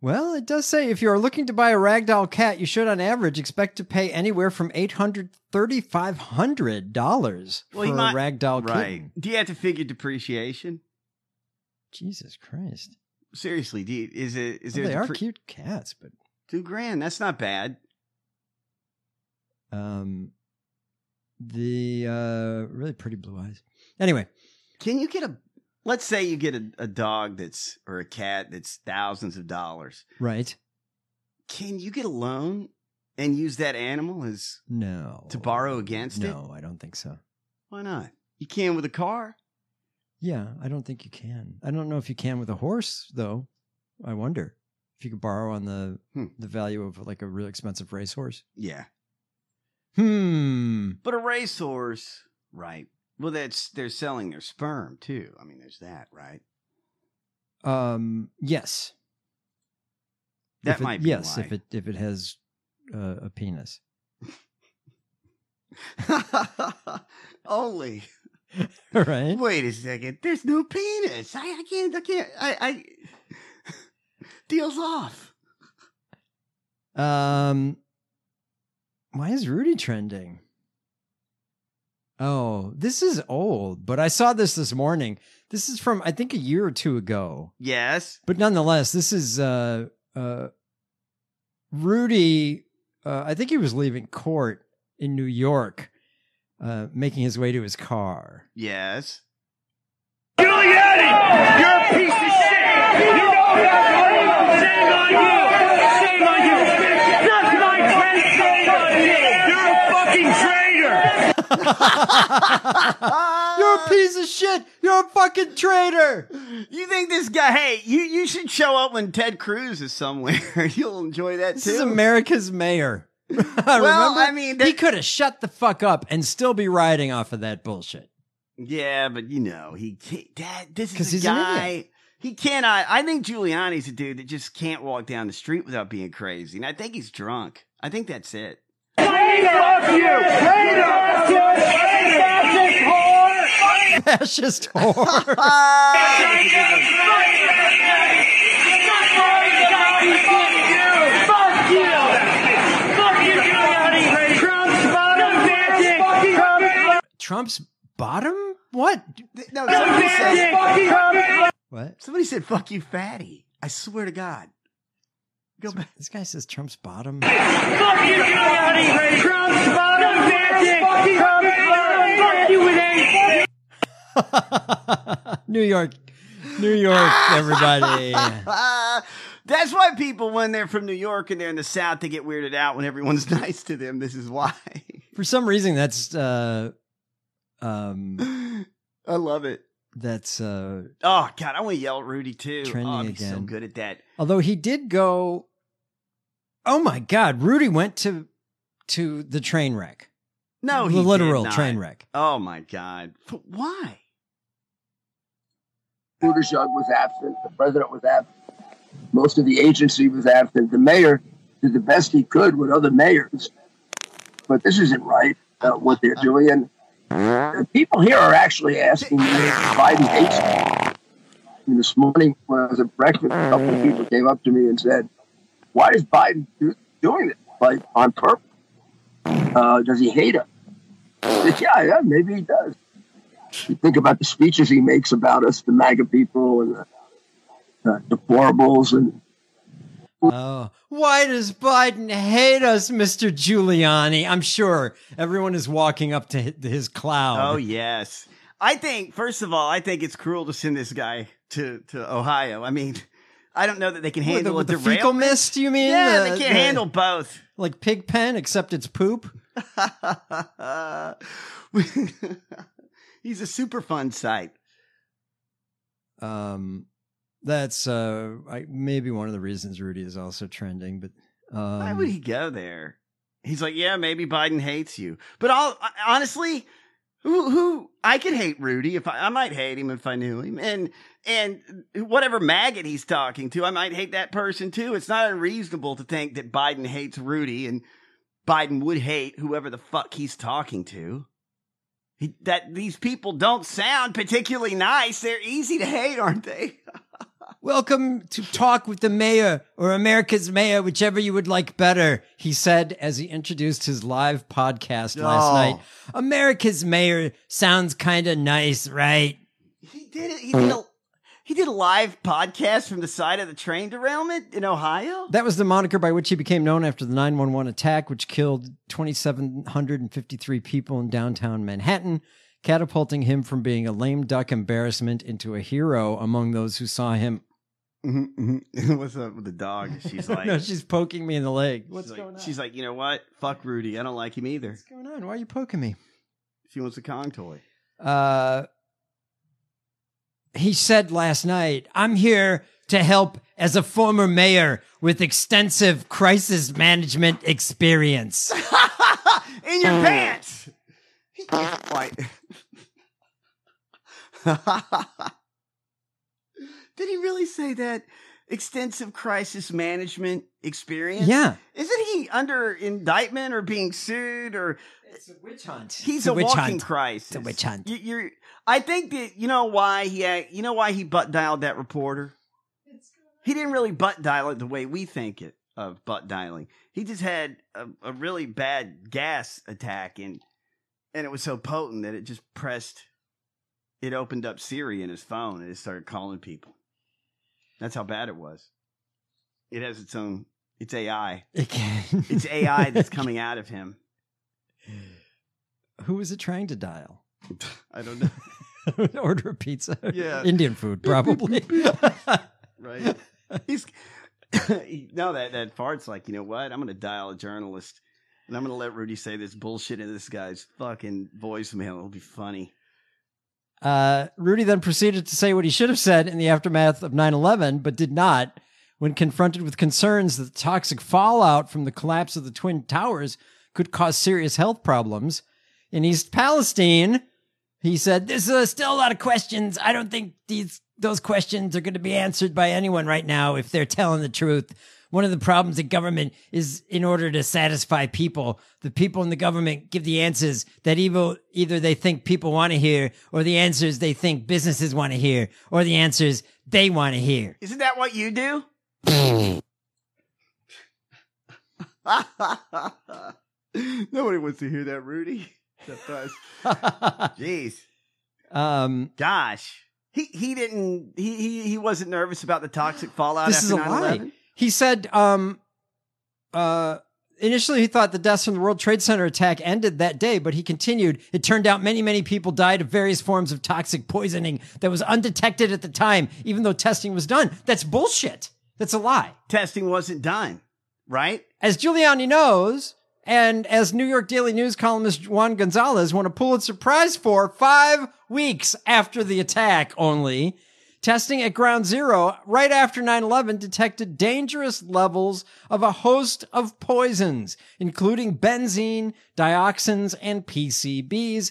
Well, it does say if you are looking to buy a ragdoll cat, you should, on average, expect to pay anywhere from eight hundred to thirty five hundred dollars Well, for he a might- ragdoll right. kitten. Do you have to figure depreciation? Jesus Christ! Seriously, do you, is it is Well, there they are depre- cute cats, but two grand? That's not bad. um, the uh, really pretty blue eyes. Anyway, Can you get a let's say you get a, a dog that's or a cat that's thousands of dollars. right? Can you get a loan and use that animal as No, to borrow against it? no, I don't think so. Why not? You can with a car. Yeah, I don't think you can. I don't know if you can with a horse, though. I wonder if you could borrow on the the value of like a really expensive racehorse. Hmm. Yeah. Hmm. But a racehorse, right? Well, that's they're selling their sperm too. I mean, there's that, right? Um. Yes. That If it- might be yes why. if it if it has uh, a penis. Only. Right. Wait a second. There's no penis. I, I can't. I can't. I. I deals off. Um. Why is Rudy trending? Oh, this is old, but I saw this this morning. This is from I think a year or two ago. Yes. But nonetheless, this is uh uh Rudy uh, I think he was leaving court in New York, uh making his way to his car. Yes. Giuliani, you're a piece of shit. You know that, right? Shame on you. Shame on you. Suck my friend. Shame on you. You're a fucking traitor. You're a piece of shit. You're a fucking traitor. You think this guy? Hey, you you should show up when Ted Cruz is somewhere. You'll enjoy that This too. is America's mayor. Well, Remember? I mean, he could have shut the fuck up and still be riding off of that bullshit. Yeah, but you know, he can't, that, this 'Cause is he's a an guy. He cannot. I think Giuliani's a dude that just can't walk down the street without being crazy. And I think he's drunk. I think that's it. Fuck you. Traitor. Fascist whore. Fascist whore. Fuck you. Fuck you, Giuliani. Trump's bottom magic. Trump's bottom Trump's bottom? What? No, somebody said- What? Somebody said, fuck you, fatty. I swear to God. Go back. This guy says Trump's bottom. Fuck you, Giuliani. Trump's bottom magic. Trump's bottom. Fuck you with a. New York, New York, everybody. That's why people, when they're from New York and they're in the South, they get weirded out when everyone's nice to them. This is why. For some reason, that's uh, um, I love it. that's uh, Oh God, I want to yell at Rudy too. Trending oh, I'm so again. good at that. although he did go. Oh my God, Rudy went to to the train wreck. No, the he did literal not. train wreck. Oh my God, but why? Buttigieg was absent. The president was absent. Most of the agency was absent. The mayor did the best he could with other mayors. But this isn't right, uh, what they're doing. And the people here are actually asking me if Biden hates me. And this morning, when I was at breakfast, a couple of people came up to me and said, Why is Biden do- doing it? Like, on purpose? Uh, does he hate us? I said, yeah, yeah, maybe he does you think about the speeches he makes about us, the MAGA people and the uh, deplorables, and Oh, why does Biden hate us, Mr. Giuliani? I'm sure everyone is walking up to hi- to his cloud. Oh yes, I think first of all, I think it's cruel to send this guy to to Ohio. I mean, I don't know that they can With the, handle with a the fecal derailment. mist, you mean? Yeah, they The- can't the- handle both. Like pig pen, except it's poop. He's a super fun site. Um, that's uh, I, maybe one of the reasons Rudy is also trending. But um, Why would he go there? He's like, yeah, maybe Biden hates you, but I'll I- honestly, who who I could hate Rudy if I, I might hate him if I knew him, and and whatever maggot he's talking to, I might hate that person too. It's not unreasonable to think that Biden hates Rudy, and Biden would hate whoever the fuck he's talking to. He, that these people don't sound particularly nice. They're easy to hate, aren't they? Welcome to Talk with the Mayor or America's Mayor, whichever you would like better, he said as he introduced his live podcast last Oh. night. America's Mayor sounds kind of nice, right? He did it. He did a he did a live podcast from the side of the train derailment in Ohio. That was the moniker by which he became known after the 911 attack, which killed 2,753 people in downtown Manhattan, catapulting him from being a lame duck embarrassment into a hero among those who saw him. What's up with the dog? She's like, no, she's poking me in the leg. she's like, She's like, you know what? Fuck Rudy. I don't like him either. What's going on? Why are you poking me? She wants a Kong toy. uh, he said last night, I'm here to help as a former mayor with extensive crisis management experience. In your pants. He can't quite. Did he really say that? Extensive crisis management experience. Yeah. Isn't he under indictment or being sued or? It's a witch hunt. He's a a witch walking hunt. crisis. It's a witch hunt. You, you're. I think that you know why he. act- You know why he butt dialed that reporter. He didn't really butt dial it the way we think it of butt dialing. He just had a, a really bad gas attack and and it was so potent that it just pressed. It opened up Siri in his phone and it started calling people. That's how bad it was. It has its own. It's AI. it's AI that's coming out of him. Who was it trying to dial? I don't know. Order a pizza. Yeah. Indian food, probably. right? He's he- no that that fart's like you know what? I'm gonna dial a journalist, and I'm gonna let Rudy say this bullshit in this guy's fucking voicemail. It'll be funny. Uh, Rudy then proceeded to say what he should have said in the aftermath of 9 11, but did not. When confronted with concerns that the toxic fallout from the collapse of the Twin Towers could cause serious health problems in East Palestine, he said, There's uh, still a lot of questions. I don't think these those questions are going to be answered by anyone right now if they're telling the truth. One of the problems in government is in order to satisfy people, the people in the government give the answers that evil, either they think people want to hear, or the answers they think businesses want to hear, or the answers they want to hear. Isn't that what you do? Nobody wants to hear that, Rudy. Except us. Jeez, Um, gosh, he he didn't he he, he wasn't nervous about the toxic fallout. this after is a 9/11? lie. He said, um, uh, Initially, he thought the deaths from the World Trade Center attack ended that day, but he continued. It turned out many, many people died of various forms of toxic poisoning that was undetected at the time, even though testing was done. That's bullshit. That's a lie. Testing wasn't done, right? As Giuliani knows, and as New York Daily News columnist Juan Gonzalez won a Pulitzer Prize for five weeks after the attack only, testing at ground zero right after 9-11 detected dangerous levels of a host of poisons including benzene dioxins and pcbs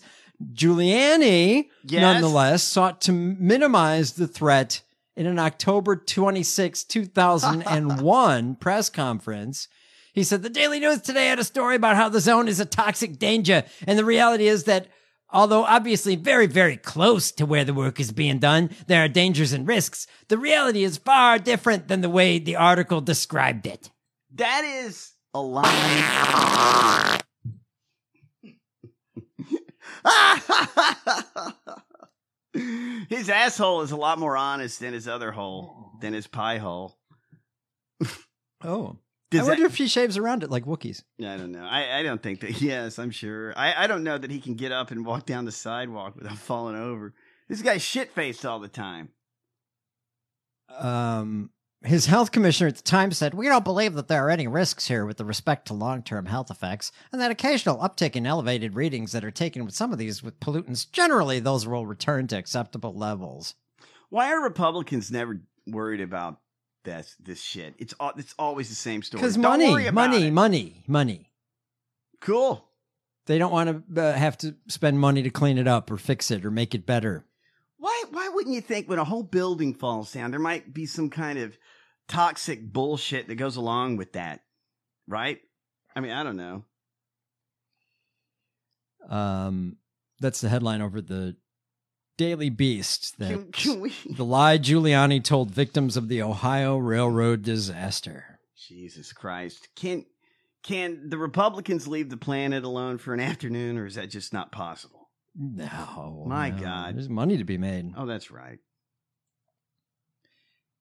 giuliani Yes. nonetheless sought to minimize the threat in an october 26 2001 press conference he said the daily news today had a story about how the zone is a toxic danger and the reality is that Although obviously very, very close to where the work is being done, there are dangers and risks. The reality is far different than the way the article described it. That is a lie. his asshole is a lot more honest than his other hole, than his pie hole. Oh. Does I wonder if he shaves around it like Wookiees. I don't know. I, I don't think that. Yes, I'm sure. I, I don't know that he can get up and walk down the sidewalk without falling over. This guy's shit faced all the time. Um, his health commissioner at the time said, We don't believe that there are any risks here with the respect to long term health effects, and that occasional uptick in elevated readings that are taken with some of these with pollutants, generally those will return to acceptable levels. Why are Republicans never worried about this this shit? It's al- it's always the same story. Because Don't worry money, about money, it. money, money. Cool. They don't want to uh, have to spend money to clean it up or fix it or make it better. Why why wouldn't you think when a whole building falls down there might be some kind of toxic bullshit that goes along with that, right? I mean, I don't know. Um, that's the headline over the Daily Beast. That Can- can we- the lie Giuliani told victims of the Ohio Railroad disaster. Jesus Christ. Can can the Republicans leave the planet alone for an afternoon or is that just not possible? No, My no, God. there's money to be made. Oh, that's right.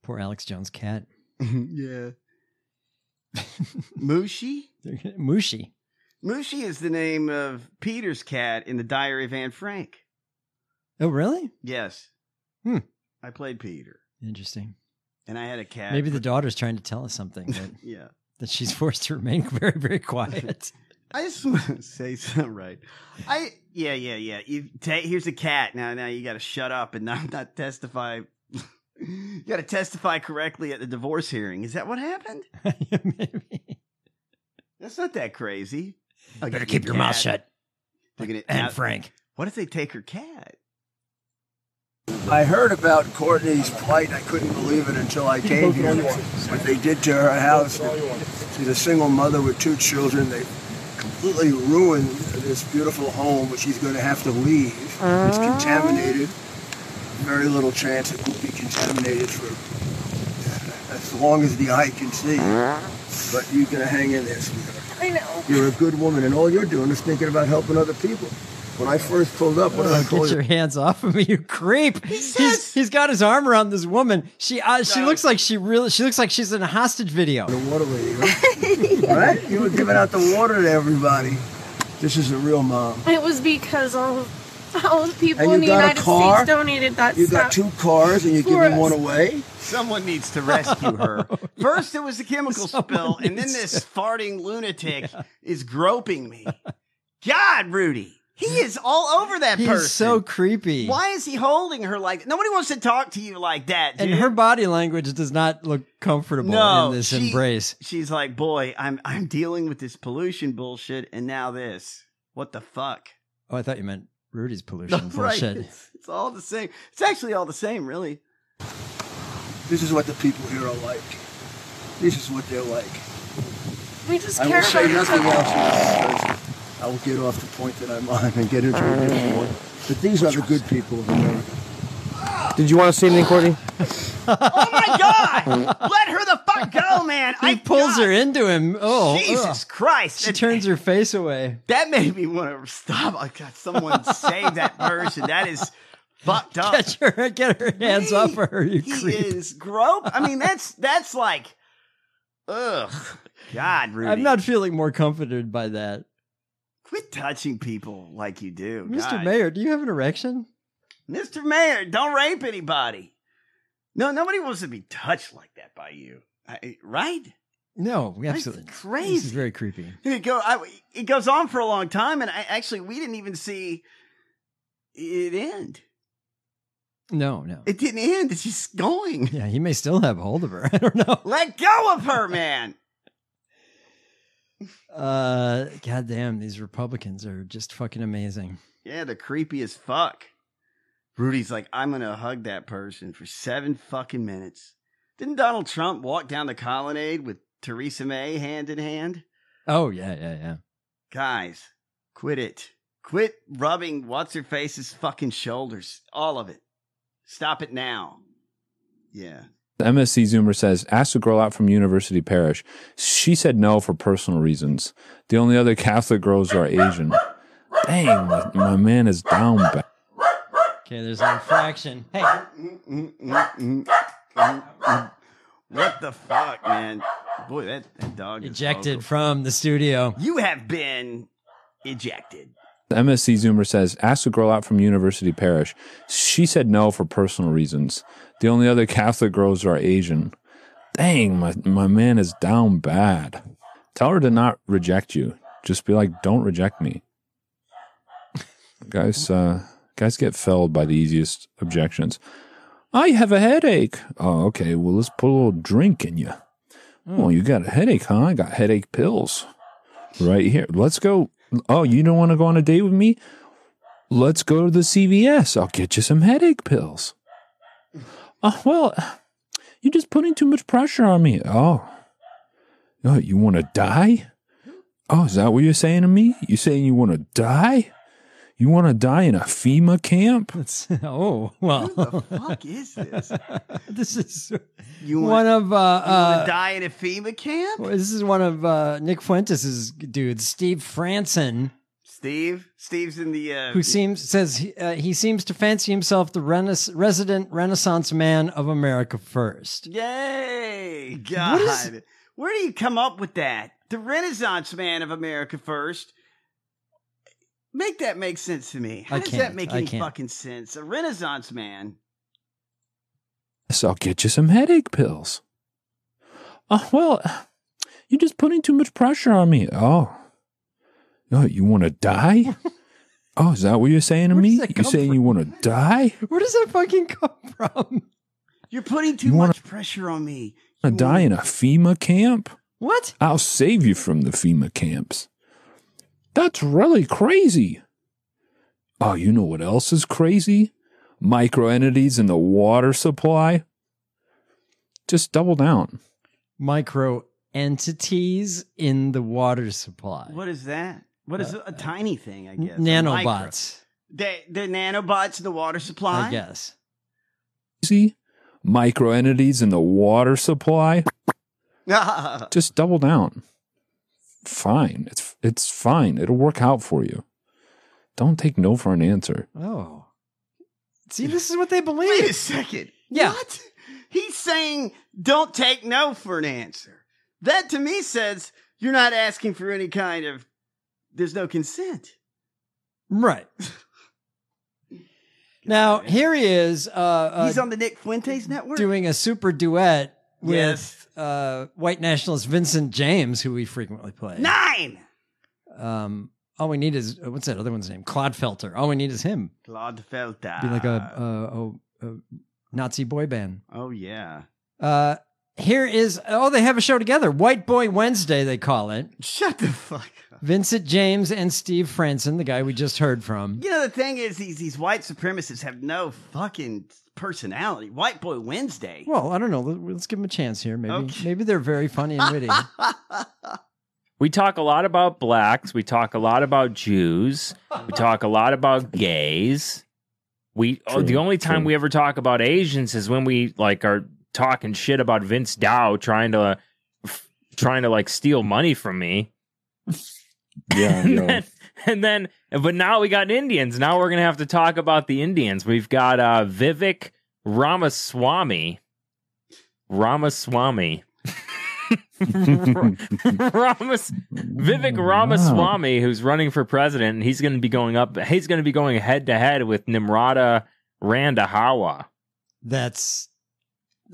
Poor Alex Jones' cat, yeah. Mushi? Mushi. Mushi is the name of Peter's cat in the Diary of Anne Frank. Oh, really? Yes. Hmm. I played Peter Interesting. and I had a cat. Maybe the daughter's trying to tell us something that, Yeah. that she's forced to remain very, very quiet. I just want to say something right. I yeah yeah yeah. You ta here's a cat now. Now you got to shut up and not not testify. you got to testify correctly at the divorce hearing. Is that what happened? Maybe. That's not that crazy. I'll Better give keep you a your mouth cat. shut. They're gonna- And now- Frank. What if they take her cat? I heard about Courtney's plight. I couldn't believe it until I came here. What they did to her house. She's a single mother with two children. They completely ruined this beautiful home, which she's going to have to leave. It's contaminated. Very little chance it will be contaminated for uh, as long as the eye can see. But you're going to hang in there, sweetheart. I know. You're a good woman, and all you're doing is thinking about helping other people. When I first pulled up, what did I Oh, call get you? your hands off of me, you creep! he's, he's got his arm around this woman. She uh, she looks like she really she looks like she's in a hostage video. The water lady, right? right? You were giving out the water to everybody. This is a real mom. It was because all all the people And you in the got a United car? States donated that You stuff. got two cars and you're For giving us. one away. Someone needs to rescue her. Oh, First, it was the chemical spill, and then this farting lunatic is groping me. God, Rudy, he is all over that He's person. so creepy. Why is he holding her like nobody wants to talk to you like that? And dude. her body language does not look comfortable no, in this she- embrace. She's like, boy, I'm I'm dealing with this pollution bullshit, and now this. What the fuck? Oh, I thought you meant Rudy's pollution Right. bullshit. It's, it's all the same. It's actually all the same, really. This is what the people here are like. This is what they're like. We just I care will about say each nothing other. else. about this person. I will get off the point that I'm on and get into a different one. But these are the good people of America. Did you want to say anything, Courtney? oh my god! Let her the fuck go, man. He pulls her into him. Oh, Jesus ugh. Christ! She turns her face away. That made me want to stop. I got someone save that person. That is fucked up. Get her, get her hands off her. You he creep. is grope. I mean, that's that's like, ugh. God, Rudy. I'm not feeling more comforted by that. Quit touching people like you do. Mr. God. Mayor, do you have an erection? Mr. Mayor, don't rape anybody. No, nobody wants to be touched like that by you. I, right? No, we absolutely. crazy. This is very creepy. And It go. I, it goes on for a long time, and I, actually, we didn't even see it end. No, no. It didn't end. It's just going. Yeah, he may still have a hold of her. I don't know. Let go of her, man. Uh, goddamn, these Republicans are just fucking amazing. yeah, the creepy as fuck. Rudy's like, I'm gonna hug that person for seven fucking minutes. Didn't Donald Trump walk down the colonnade with Theresa May hand in hand? Oh yeah, yeah, yeah. Guys, quit it. Quit rubbing what's her face's fucking shoulders. All of it. Stop it now. Yeah. The MSC Zoomer says, asked a girl out from University Parish. She said no for personal reasons. The only other Catholic girls are Asian. Dang, my, my man is down bad. Okay, there's an infraction. Hey, What the fuck, man? Boy, that, that dog is ejected vocal. from the studio. You have been ejected. The MSC Zoomer says, asked a girl out from University Parish. She said no for personal reasons. The only other Catholic girls are Asian. Dang, my, my man is down bad. Tell her to not reject you. Just be like, don't reject me. Guys, uh, guys get felled by the easiest objections. I have a headache. Oh, okay. Well, let's put a little drink in you. Oh, you got a headache, huh? I got headache pills right here. Let's go. Oh, you don't want to go on a date with me? Let's go to the CVS. I'll get you some headache pills. Oh, well, you're just putting too much pressure on me. Oh, oh you want to die? Oh, is that what you're saying to me? You saying you want to die? You want to die in a FEMA camp? oh, well. Who the fuck is this? this is you one of uh, You wanna uh die in a FEMA camp? Well, This is one of uh, Nick Fuentes's dudes, Steve Franson, Steve? Steve's in the. Uh, who seems says he, uh, he seems to fancy himself the rena- resident Renaissance man of America first. Yay! God. Where do you come up with that? The Renaissance man of America first. Make that make sense to me. How I does that can't. make I any can't. fucking sense? A Renaissance man. So I'll get you some headache pills. Oh, well, you're just putting too much pressure on me. Oh, oh you want to die? Oh, is that what you're saying to me? You saying you want to die? Where does that fucking come from? You're putting too You wanna- much pressure on me. Want to die in a FEMA camp? What? I'll save you from the FEMA camps. That's really crazy. Oh, you know what else is crazy? Microentities in the water supply. Just double down. Micro entities in the water supply. What is that? What is a tiny thing, I guess? A micro- Nanobots, The, the nanobots in the water supply? I guess. See? Microentities in the water supply. Just double down. Fine. It's it's fine. It'll work out for you. Don't take no for an answer. Oh. See, this is what they believe. Wait a second. Yeah. What? He's saying don't take no for an answer. That to me says you're not asking for any kind of there's no consent. Right. now, here he is. Uh, uh, He's on the Nick Fuentes network. doing a super duet with Yes. uh, white nationalist Vincent James, who we frequently play. Nine. Um, all we need is what's that other one's name? Claude Felter. All we need is him. Claude Felta. Be like a, a, a, a Nazi boy band. Ah. Oh yeah. Uh, here is oh they have a show together. White Boy Wednesday they call it. Shut the fuck. Vincent James and Steve Franson, the guy we just heard from. You know the thing is these these white supremacists have no fucking personality. White boy Wednesday. Well, I don't know. Let- Let's give them a chance here. Maybe maybe they're very funny and witty. We talk a lot about blacks. We talk a lot about Jews. We talk a lot about gays. We oh, the only time we ever talk about Asians is when we like are talking shit about Vince Dow trying to f- trying to like steal money from me. Yeah. and, then, and then, but now we got Indians. Now we're gonna have to talk about the Indians. We've got uh, Vivek Ramaswamy. Ramaswamy. Ramas, Vivek Ramaswamy, who's running for president, and he's going to be going up. He's going to be going head to head with Nimrata Randahawa. That's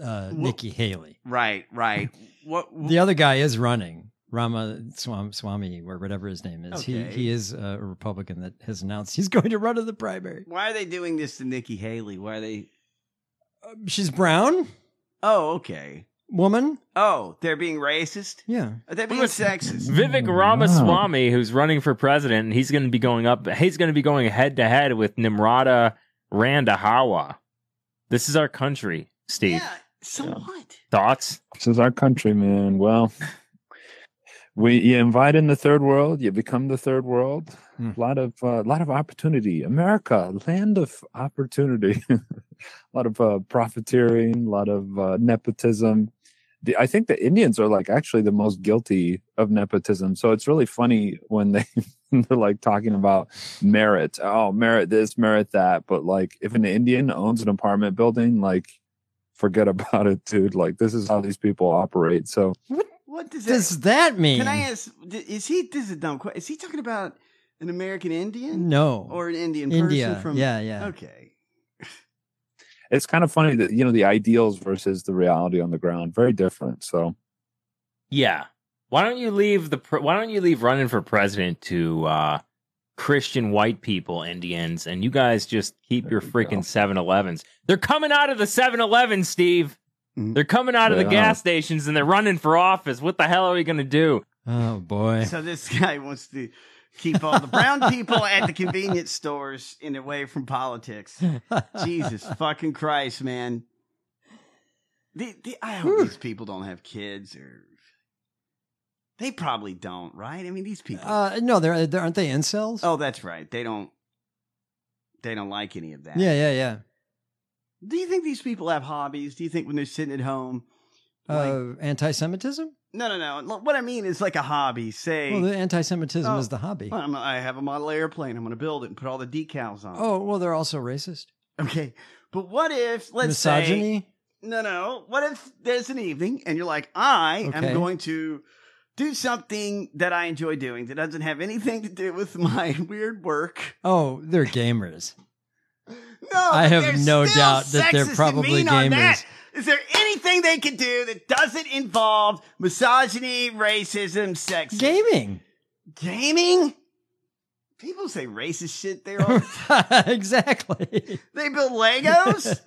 uh, Nikki Haley. Right, right. What? The other guy is running. Rama Swam, Swamy, or whatever his name is. Okay. He, he is a Republican that has announced he's going to run in the primary. Why are they doing this to Nikki Haley? Why are they? She's brown Oh, okay. woman. Oh, they're being racist. Yeah. Oh, Are they being sexist? Vivek Ramaswamy, who's running for president, and he's going to be going up. He's going to be going head to head with Nimrata Randahawa. This is our country, Steve. So what? Thoughts? This is our country, man. Well, we you invite in the third world, you become the third world. A lot of a lot of opportunity. America, land of opportunity. a lot of uh, profiteering, a lot of uh, nepotism. The, I think the Indians are like actually the most guilty of nepotism. So it's really funny when they they're like talking about merit. Oh, merit this, merit that. But like, if an Indian owns an apartment building, like forget about it, dude. Like this is how these people operate. So What does, Does that mean? Can I ask? d- Is he? This is a dumb question. Is he talking about an American Indian? No. or an Indian India. person from? Yeah, yeah. Okay. it's kind of funny that you know the ideals versus the reality on the ground very different. So Yeah. Why don't you leave the? Pre- why don't you leave running for president to uh, Christian white people, Indians, and you guys just keep your freaking 7-Elevens. They're coming out of the 7-Eleven, Steve. They're coming out of the Mm. They gas are. stations and they're running for office. What the hell are we gonna do? Oh boy. So this guy wants to keep all the brown people at the convenience stores and away from politics. Jesus fucking Christ, man. The, the, I hope these people don't have kids or they probably don't, right? I mean, these people. Uh, no, they're, they're aren't they incels? oh, that's right. They don't. They don't like any of that. Yeah, yeah, yeah. Do you think these people have hobbies? Do you think when they're sitting at home? Uh, anti-Semitism. No, no, no. Look, What I mean is like a hobby. Say, Well, the anti-Semitism Oh, is the hobby. I'm, I have a model airplane. I'm going to build it and put all the decals on. it. Oh well, they're also racist. Okay, but what if let's Misogyny. say no, no? What if there's an evening and you're like, I Okay. am going to do something that I enjoy doing that doesn't have anything to do with my weird work. Oh, they're gamers. No, I but have they're no still doubt that they're sexist and probably mean on gamers. that. Is there anything they can do that doesn't involve misogyny, racism, sex, Gaming. gaming? People say racist shit there all exactly. They build Legos.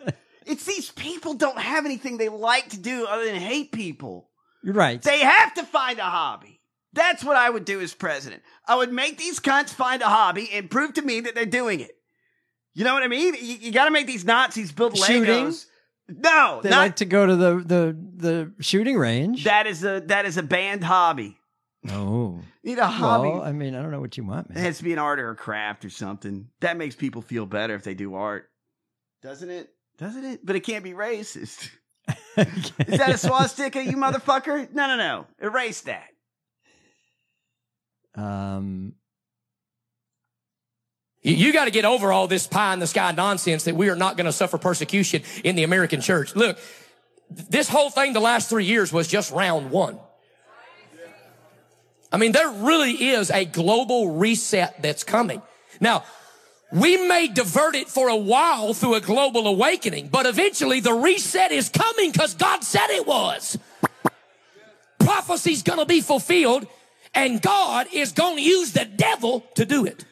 it's these people don't have anything they like to do other than hate people. You're right. They have to find a hobby. That's what I would do as president. I would make these cunts find a hobby and prove to me that they're doing it. You know what I mean? You, got to make these Nazis build Shooting? Legos. No, They not, like to go to the the the shooting range. that is a that is a banned hobby. Oh. Need a hobby. Well, I mean, I don't know what you want, man. It has to be an art or a craft or something. That makes people feel better if they do art, doesn't it? Doesn't it? But it can't be racist. Is that a swastika, you motherfucker? No, no, no. Erase that. Um, You, you got to get over all this pie in the sky nonsense that we are not going to suffer persecution in the American church. Look, th- this whole thing the last three years was just round one. I mean, there really is a global reset that's coming. Now, we may divert it for a while through a global awakening, but eventually the reset is coming because God said it was. Prophecy's going to be fulfilled, and God is going to use the devil to do it.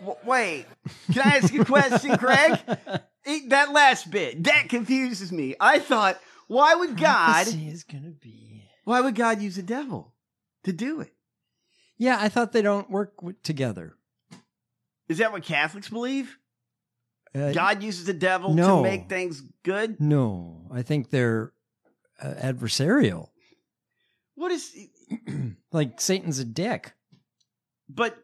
W- wait. Can I ask you a question, Craig? E- that last bit that confuses me. I thought, why would God? Prophecy is gonna be. Why would God use the devil to do it? Yeah, I thought they don't work w- together. Is that what Catholics believe? Uh, God uses the devil no. to make things good. No, I think they're uh, adversarial. What is? Like Satan's a dick. But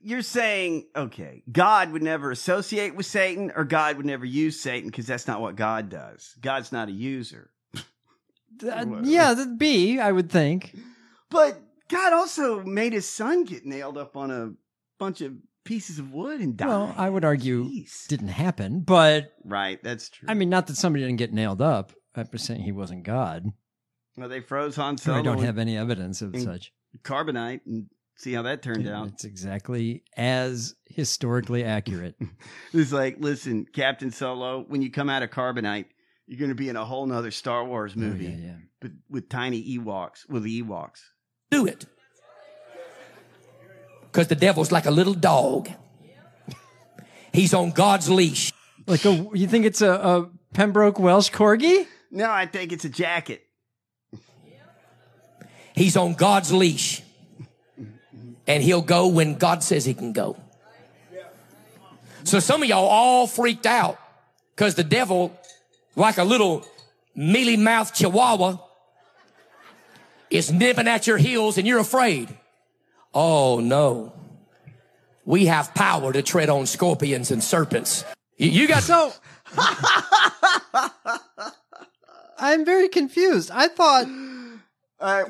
you're saying, okay, God would never associate with Satan, or God would never use Satan because that's not what God does. God's not a user. Uh, yeah, that'd be, I would think. But God also made his son get nailed up on a bunch of pieces of wood and die. Well, I would argue didn't happen, but right, that's true. I mean, not that somebody didn't get nailed up. I'm just saying he wasn't God. Well, they froze Han Solo. I don't in- have any evidence of in such. Carbonite and see how that turned out. It's exactly as historically accurate. It's like, listen, Captain Solo, when you come out of Carbonite, you're going to be in a whole nother Star Oh, Wars movie, but with tiny Ewoks, with the Ewoks. Do it. Because the devil's like a little dog. He's on God's leash. Like a, you think it's a, a Pembroke Welsh corgi? No, I think it's a jacket. He's on God's leash. And he'll go when God says he can go. So some of y'all all freaked out because the devil, like a little mealy mouthed chihuahua, is nipping at your heels and you're afraid. Oh no. We have power to tread on scorpions and serpents. You, you got so I'm very confused. I thought.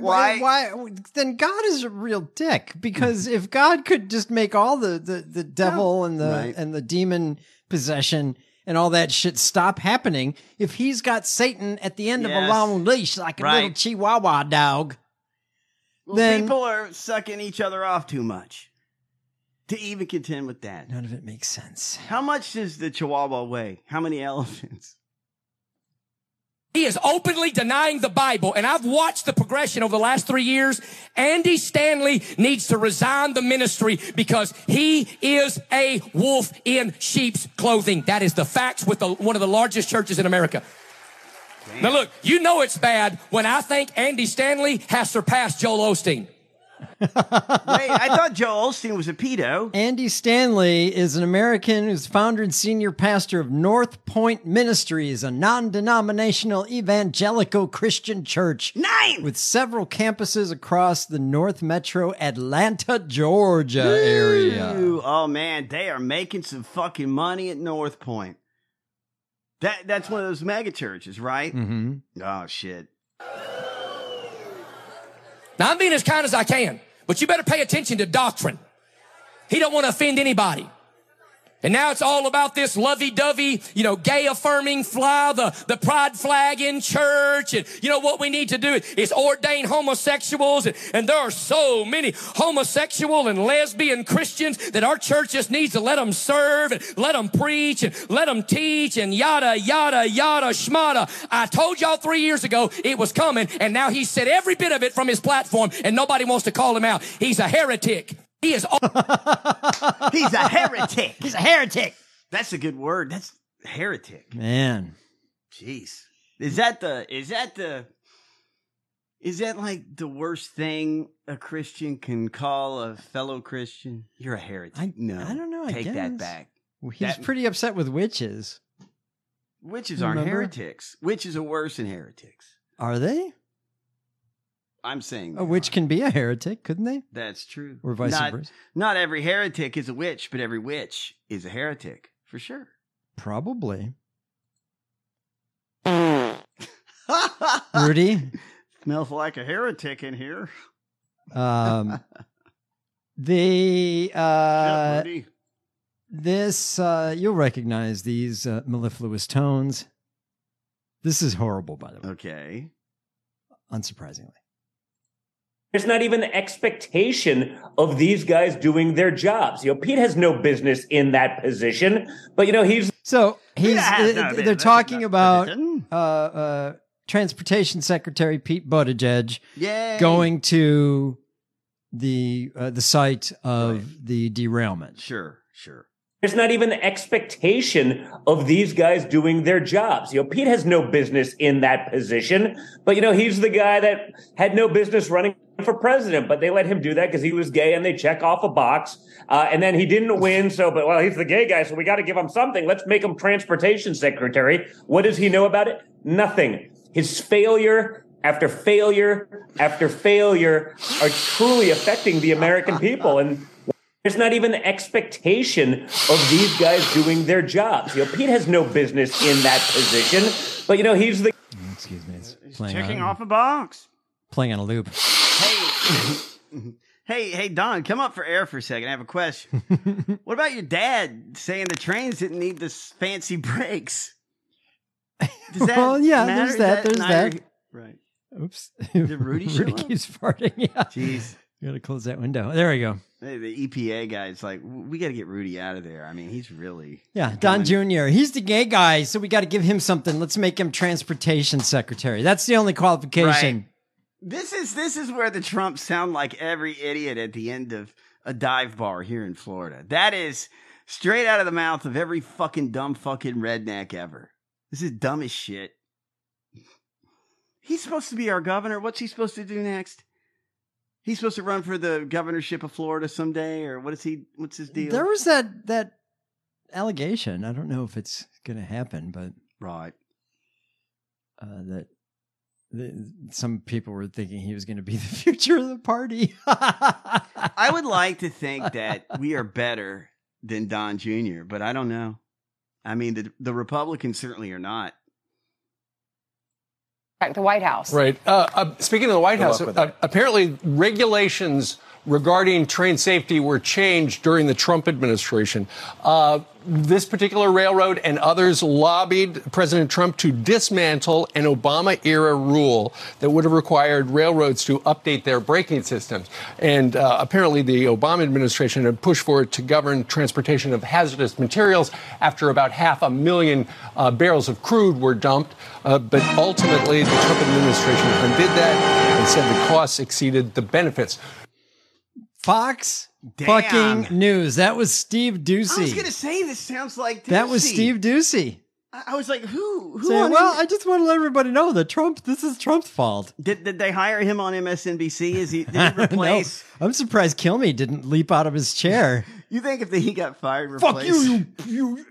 why- Why? Then God is a real dick because if God could just make all the the, the devil and the Right. and the demon possession and all that shit stop happening, if he's got Satan at the end of a Yes. long leash like a little Right. Chihuahua dog, Well, Then- people are sucking each other off too much to even contend with that. none of it makes sense. How much does the Chihuahua weigh? How many elephants? He is openly denying the Bible, and I've watched the progression over the last three years. Andy Stanley needs to resign the ministry because he is a wolf in sheep's clothing. That is the facts with the, one of the largest churches in America. Now, look, you know it's bad when I think Andy Stanley has surpassed Joel Osteen. Wait, I thought Joel Olstein was a pedo. Andy Stanley is an American who's founder and senior pastor of North Point Ministries, a non denominational evangelical Christian church. Nine! With several campuses across the North Metro Atlanta, Georgia area. Ooh, oh man, they are making some fucking money at North Point. That that's one of those mega churches, right? Mm-hmm. Oh shit. Now, I'm being as kind as I can, but you better pay attention to doctrine. He don't want to offend anybody. And now it's all about this lovey-dovey, you know, gay affirming fly, the, the pride flag in church. And you know what we need to do is ordain homosexuals. And, and there are so many homosexual and lesbian Christians that our church just needs to let them serve and let them preach and let them teach and yada, yada, yada, schmada. I told y'all three years ago it was coming. And now he said every bit of it from his platform and nobody wants to call him out. He's a heretic. He is. He's a heretic. He's a heretic. That's a good word. That's heretic. Man. Jeez. Is that the is that the is that like the worst thing a Christian can call a fellow Christian? You're a heretic. no. I don't know, I Take that guess. back. Well, He's pretty upset with witches. Witches aren't Remember? heretics. Witches are worse than heretics. Are they? I'm saying A witch can be a heretic, couldn't they? That's true. Or vice not, versa. Not every heretic is a witch, but every witch is a heretic for sure. Probably. Rudy? Smells like a heretic in here. Um, the uh, Rudy. this uh, you'll recognize these uh, mellifluous tones. This is horrible, by the way. Okay, unsurprisingly. There's not even expectation of these guys doing their jobs. You know, Pete has no business in that position, but you know he's so He's has uh, no they're business. talking about uh, uh, Transportation Secretary Pete Buttigieg Yay. going to the uh, the site of the derailment. Sure, sure. there's not even expectation of these guys doing their jobs. You know, Pete has no business in that position, but you know he's the guy that had no business running for president, but they let him do that because he was gay, and they check off a box, uh, and then he didn't win. So, but well, he's the gay guy, so we got to give him something. Let's make him transportation secretary. What does he know about it? Nothing. His failure after failure after failure are truly affecting the American people and. There's not even expectation of these guys doing their jobs. You know, Pete has no business in that position, but you know he's the Excuse me, it's playing Checking on, off a box. playing on a loop. Hey, hey, Don, come up for air for a second. I have a question. what about your dad saying the trains didn't need the s- fancy brakes? Does that Well, yeah, matter? there's Is that, there's neither- that. Right. Oops. Did Rudy show up? keeps farting. Yeah. Jeez. You gotta close that window. Oh, There we go. Hey, The EPA guy's like, we got to get Rudy out of there. I mean, he's really Yeah, Don Jr. He's the gay guy, so we got to give him something. Let's make him transportation secretary. That's the only qualification. This is this is where the Trumps sound like every idiot at the end of a dive bar here in Florida. That is straight out of the mouth of every fucking dumb fucking redneck ever. This is dumb as shit. He's supposed to be our governor. What's he supposed to do next? He's supposed to run for the governorship of Florida someday, or what is he? What's his deal? There was that that allegation. I don't know if it's going to happen, but right uh, that the, some people were thinking he was going to be the future of the party. I would like to think that we are better than Don Jr., but I don't know. I mean, the the Republicans certainly are not. Back to White House. Right. Uh, uh, speaking of the White Good House, luck with uh, apparently regulations regarding train safety were changed during the Trump administration. Uh, this particular railroad and others lobbied President Trump to dismantle an Obama era rule that would have required railroads to update their braking systems. And uh, apparently, the Obama administration had pushed for it to govern transportation of hazardous materials after about half a million uh, barrels of crude were dumped. Uh, but ultimately, the Trump administration undid that and said the costs exceeded the benefits. Fox fucking news. That was Steve Ducey. I was gonna say this sounds like that was Ducey. Steve Ducey. I, I was like, who? Who? Saying, on well, M- I just want to let everybody know that Trump. This is Trump's fault. did did they hire him on MSNBC? Is he did he I don't know. replace? I'm surprised Kilme didn't leap out of his chair. You think if he got fired, Fuck replaced? you, you, you.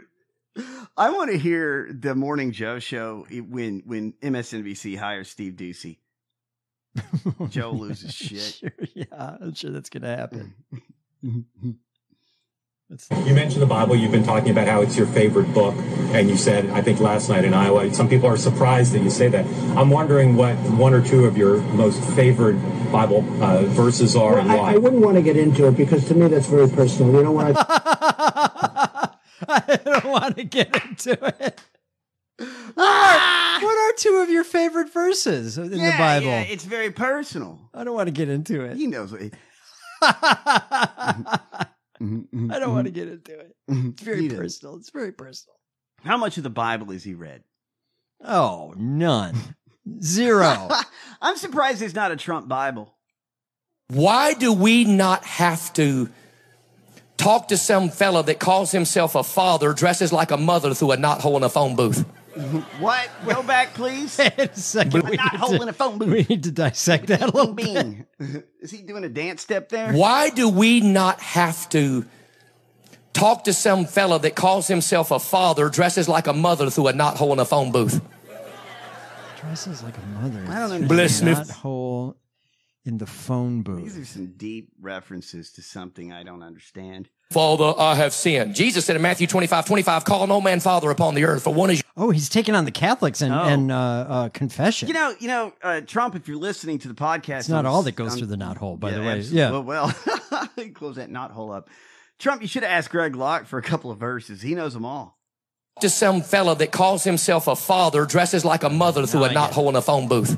I want to hear the Morning Joe show i- when when MSNBC hires Steve Ducey. Joe loses shit. Sure, yeah, I'm sure that's gonna happen. You mentioned the Bible. You've been talking about how it's your favorite book, and you said, I think last night in Iowa, some people are surprised that you say that. I'm wondering what one or two of your most favorite Bible uh, verses are and I, why. I wouldn't want to get into it because to me that's very personal. You know what? I, I don't want to get into it. Ah! What are, what are two of your favorite verses in the Bible? Yeah, it's very personal. I don't want to get into it. He knows what he. I don't want to get into it. It's very He did. personal. It's very personal. How much of the Bible has he read? Oh, none. Zero. I'm surprised there's not a Trump Bible. Why do we not have to talk to some fella that calls himself a father, dresses like a mother through a knot hole in a phone booth? What? Go back, please. second, I'm we not need holding to- a phone booth. We need to dissect that a little bit. Bean. Is he doing a dance step there? Why do we not have to talk to some fella that calls himself a father, dresses like a mother through a knot hole in a phone booth? Dresses like a mother. I don't Through Bless the me. knot hole in the phone These booth. are some deep references to something I don't understand. Father, I have sinned. Jesus said in Matthew 25, 25, call no man father upon the earth, for one is Oh, he's taking on the Catholics and, and uh, uh, confession. Oh. You know, you know, uh, Trump. If you're listening to the podcast, it's not I'm- all that goes I'm- through the knot hole, by Yeah, the way. abs- Yeah. Well, well, He close that knot hole up. Trump, you should have asked Greg Locke for a couple of verses. He knows them all. to some fella that calls himself a father, dresses like a mother through a knot hole in a phone booth.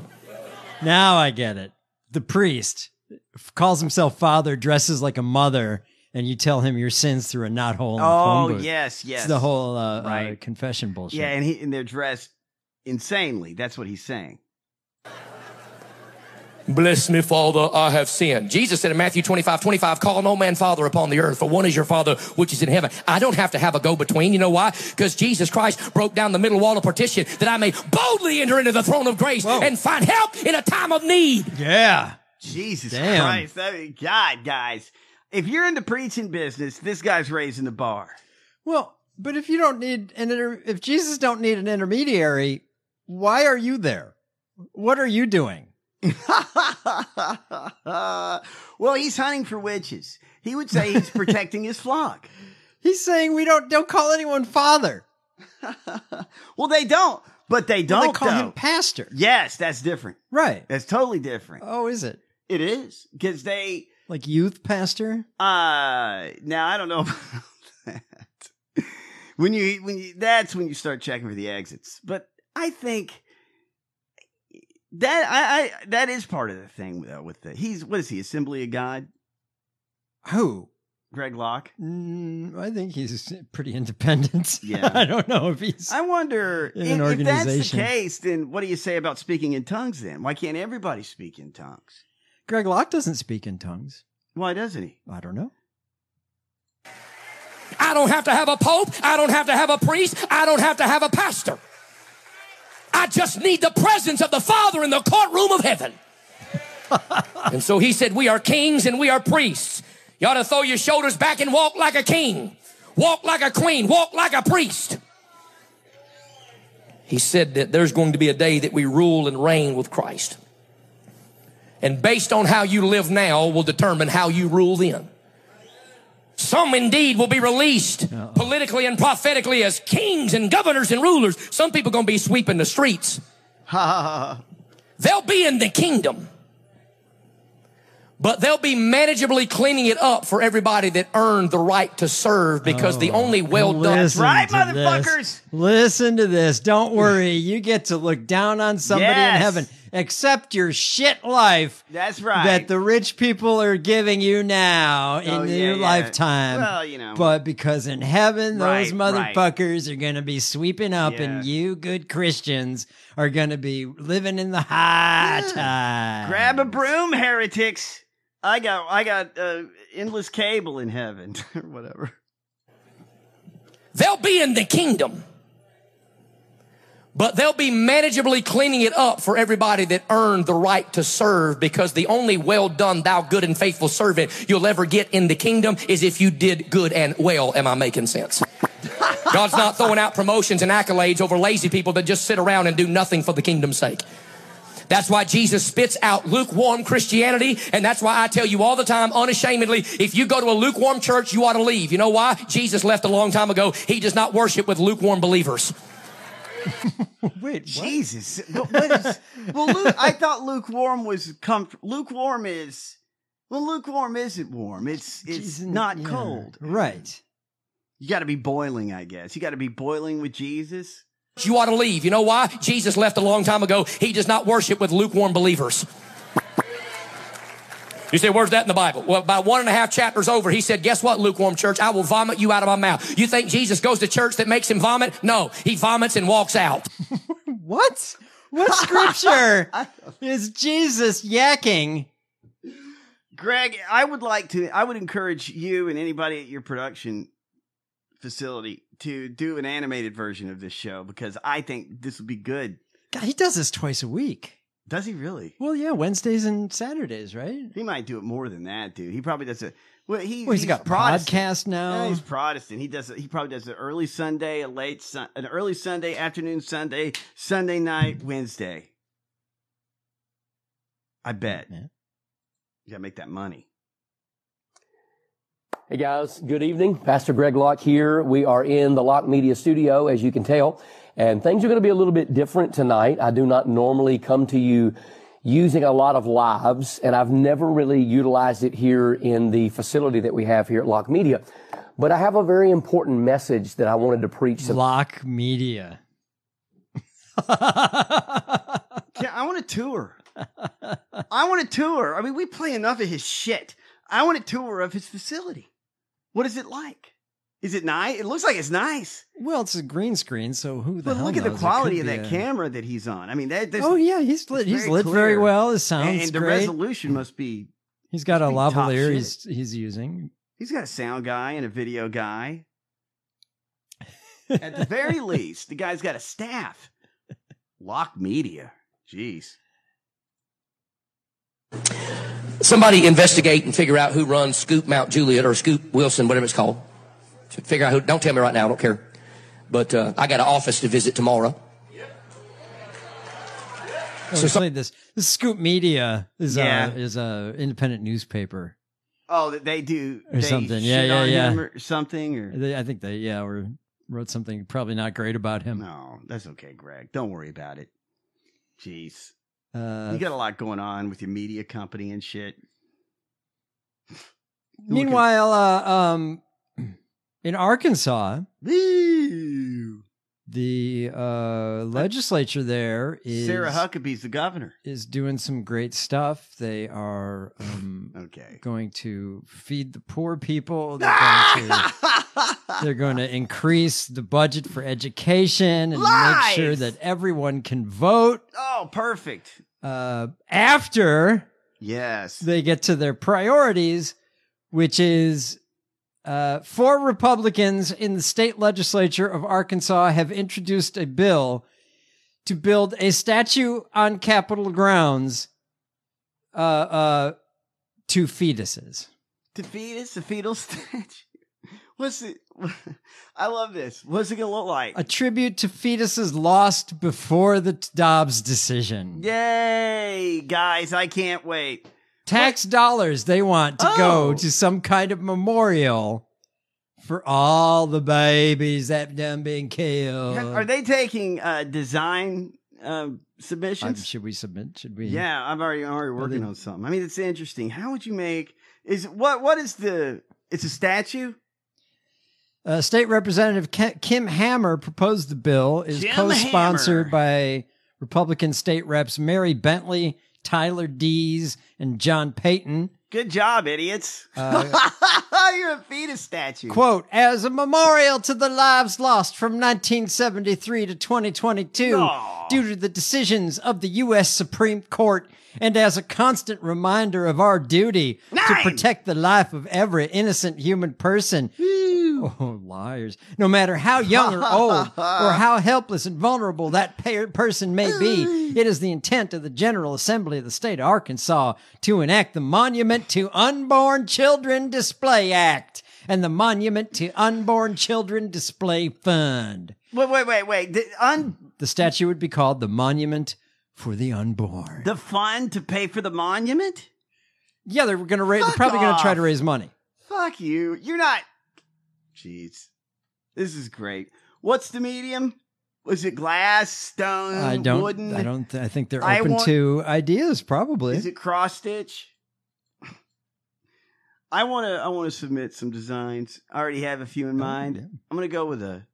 Now I get it. The priest f- calls himself father, dresses like a mother, and you tell him your sins through a knot hole. In the phone Oh, booth. yes, yes. It's the whole uh, uh, Right. confession bullshit. Yeah, and he and they're dressed insanely. That's what he's saying. Bless me, Father, I have sinned. Jesus said in Matthew 25, 25, call no man father upon the earth, for one is your father which is in heaven. I don't have to have a go between. You know why? Because Jesus Christ broke down the middle wall of partition that I may boldly enter into the throne of grace and find help in a time of need. Yeah. Jesus Damn. Christ. I mean, God, guys. If you're in the preaching business, this guy's raising the bar. Well, but if you don't need an inter- if Jesus don't need an intermediary, why are you there? What are you doing? well, he's hunting for witches. He would say he's protecting his flock. He's saying we don't don't call anyone father. well, they don't, but they Well, don't they call him though. pastor. Yes, that's different. Right. That's totally different. Oh, is it? It is because they Like youth pastor? uh now I don't know about that. When you when you that's when you start checking for the exits. But I think That I, I that is part of the thing though. With the he's what is he Assembly of God? Who? Greg Locke. Mm, I think he's pretty independent. Um, Yeah. I don't know if he's. I wonder in an if, if that's the organization. case. Then what do you say about speaking in tongues? Then why can't everybody speak in tongues? Greg Locke doesn't speak in tongues. Why doesn't he? I don't know. I don't have to have a pope. I don't have to have a priest. I don't have to have a pastor. I just need the presence of the Father in the courtroom of heaven. and so he said, We are kings and we are priests. You ought to throw your shoulders back and walk like a king, walk like a queen, walk like a priest. He said that there's going to be a day that we rule and reign with Christ. And based on how you live now will determine how you rule then. Some indeed will be released politically and prophetically as kings and governors and rulers. Some people going to be sweeping the streets. they'll be in the kingdom, but they'll be manageably cleaning it up for everybody that earned the right to serve because the Oh, only well done. Listen Uh, to this. Listen to this. Don't worry. You get to look down on somebody in Yes. heaven. Accept your shit life That's right. that the rich people are giving you now in Oh, yeah, your yeah. lifetime. Well, you know. But because in heaven, those Right, right. motherfuckers are going to be sweeping up, and Yeah. you good Christians are going to be living in the high tide. Grab a broom, heretics. I got I got uh, endless cable in heaven or whatever. They'll be in the kingdom, but they'll be manageably cleaning it up for everybody that earned the right to serve because the only well done, thou good and faithful servant you'll ever get in the kingdom is if you did good and well. Am I making sense? God's not throwing out promotions and accolades over lazy people that just sit around and do nothing for the kingdom's sake. That's why Jesus spits out lukewarm Christianity. And that's why I tell you all the time, unashamedly, if you go to a lukewarm church, you ought to leave. You know why? Jesus left a long time ago. He does not worship with lukewarm believers. Wait, Jesus. What, what is, well, Luke, I thought lukewarm was comfort. Lukewarm is well, lukewarm isn't warm. It's it's not cold. Right. You got to be boiling, I guess. You got to be boiling with Jesus. You ought to leave. You know why? Jesus left a long time ago. He does not worship with lukewarm believers. You say, where's that in the Bible? Well, by one and a half chapters over, he said, guess what, lukewarm church? I will vomit you out of my mouth. You think Jesus goes to church that makes him vomit? No, he vomits and walks out. What? What scripture is Jesus yakking? Greg, I would like to. I would encourage you and anybody at your production facility to do an animated version of this show because I think this would be good. God, he does this twice a week. Does he really? Well, yeah, Wednesdays and Saturdays, right? He might do it more than that, dude. He probably does it. Well, he, Well, he's got a Protestant. podcast now. Yeah, he's Protestant. He does. He probably does an early Sunday, a late sun, an early Sunday, afternoon Sunday, Sunday night, Wednesday. I bet. You gotta make that money. Hey guys, good evening. Pastor Greg Locke here. We are in the Locke Media Studio, as you can tell, and things are going to be a little bit different tonight. I do not normally come to you using a lot of lives, and I've never really utilized it here in the facility that we have here at Locke Media. But I have a very important message that I wanted to preach to Locke Media. Yeah, I want a tour. I want a tour. I mean, we play enough of his shit. I want a tour of his facility. What is it like? Is it nice? It looks like it's nice. Well, it's a green screen, so who the But hell look at the knows? It quality could of be that a- camera that he's on. I mean, that, that's- Oh, yeah, he's lit- it's he's lit very clear. well. It And- sounds and, the great. resolution must be. He's got a must be top lavalier shit. he's, he's using. He's got a sound guy and a video guy. At the very least, the guy's got a staff. Lock Media. Jeez. Somebody investigate and figure out who runs Scoop Mount Juliet or Scoop Wilson, whatever it's called. Figure out who. Don't tell me right now. I don't care. But uh, I got an office to visit tomorrow. Oh, so played this. This Scoop Media is Yeah. a is a independent newspaper Oh, that they do or they something. Yeah, shit yeah, on yeah. him or something or They, I think they yeah were, wrote something probably not great about him. No, that's okay, Greg. Don't worry about it. Jeez. Uh, you got a lot going on with your media company and shit. Meanwhile, uh, um, in Arkansas, the uh, legislature there is Sarah Huckabee's the governor. is doing some great stuff. They are um, okay going to feed the poor people. They're going to, they're going to increase the budget for education and make sure Lies! that everyone can vote Oh, perfect. uh, after yes they get to their priorities, which is uh, four Republicans in the state legislature of Arkansas have introduced a bill to build a statue on Capitol grounds uh, uh, to fetuses. The fetus, the fetal statue. What's it? I love this. What's it gonna look like? A tribute to fetuses lost before the Dobbs decision. Yay, guys! I can't wait. Tax dollars they want to Oh. go to some kind of memorial for all the babies that have done been killed. Are they taking uh, design um, Um, submissions? should we submit? Should we? Yeah, I'm already I'm already working they- on something. I mean, it's interesting. How would you make? Is what? What is the? It's a statue. Uh, State Representative Ke- Kim Hammer proposed the bill. Is Kim co-sponsored by Republican state reps Mary Bentley, Tyler Dees, and John Uh, Payton. Good job, idiots. You're a fetus statue. Quote, as a memorial to the lives lost from 1973 to 2022 Aw. due to the decisions of the U.S. Supreme Court, and as a constant reminder of our duty to protect the life of every innocent human person. Oh, liars. No matter how young or old or how helpless and vulnerable that pe- person may be, it is the intent of the General Assembly of the State of Arkansas to enact the Monument to Unborn Children Display Act and the Monument to Unborn Children Display Fund. Wait, wait, wait, wait. The, un, The statue would be called the Monument for the Unborn. the fund to pay for the monument? Yeah, they're going to raise. They're Fuck probably going to try off. to raise money. Fuck you. You're not. Jeez, this is great. What's the medium? Was it glass, stone, I don't. wooden? I don't. th- I think they're I open want- to ideas. Probably. Is it cross stitch? I want to. I want to submit some designs. I already have a few in Oh, mind. I'm gonna go with a.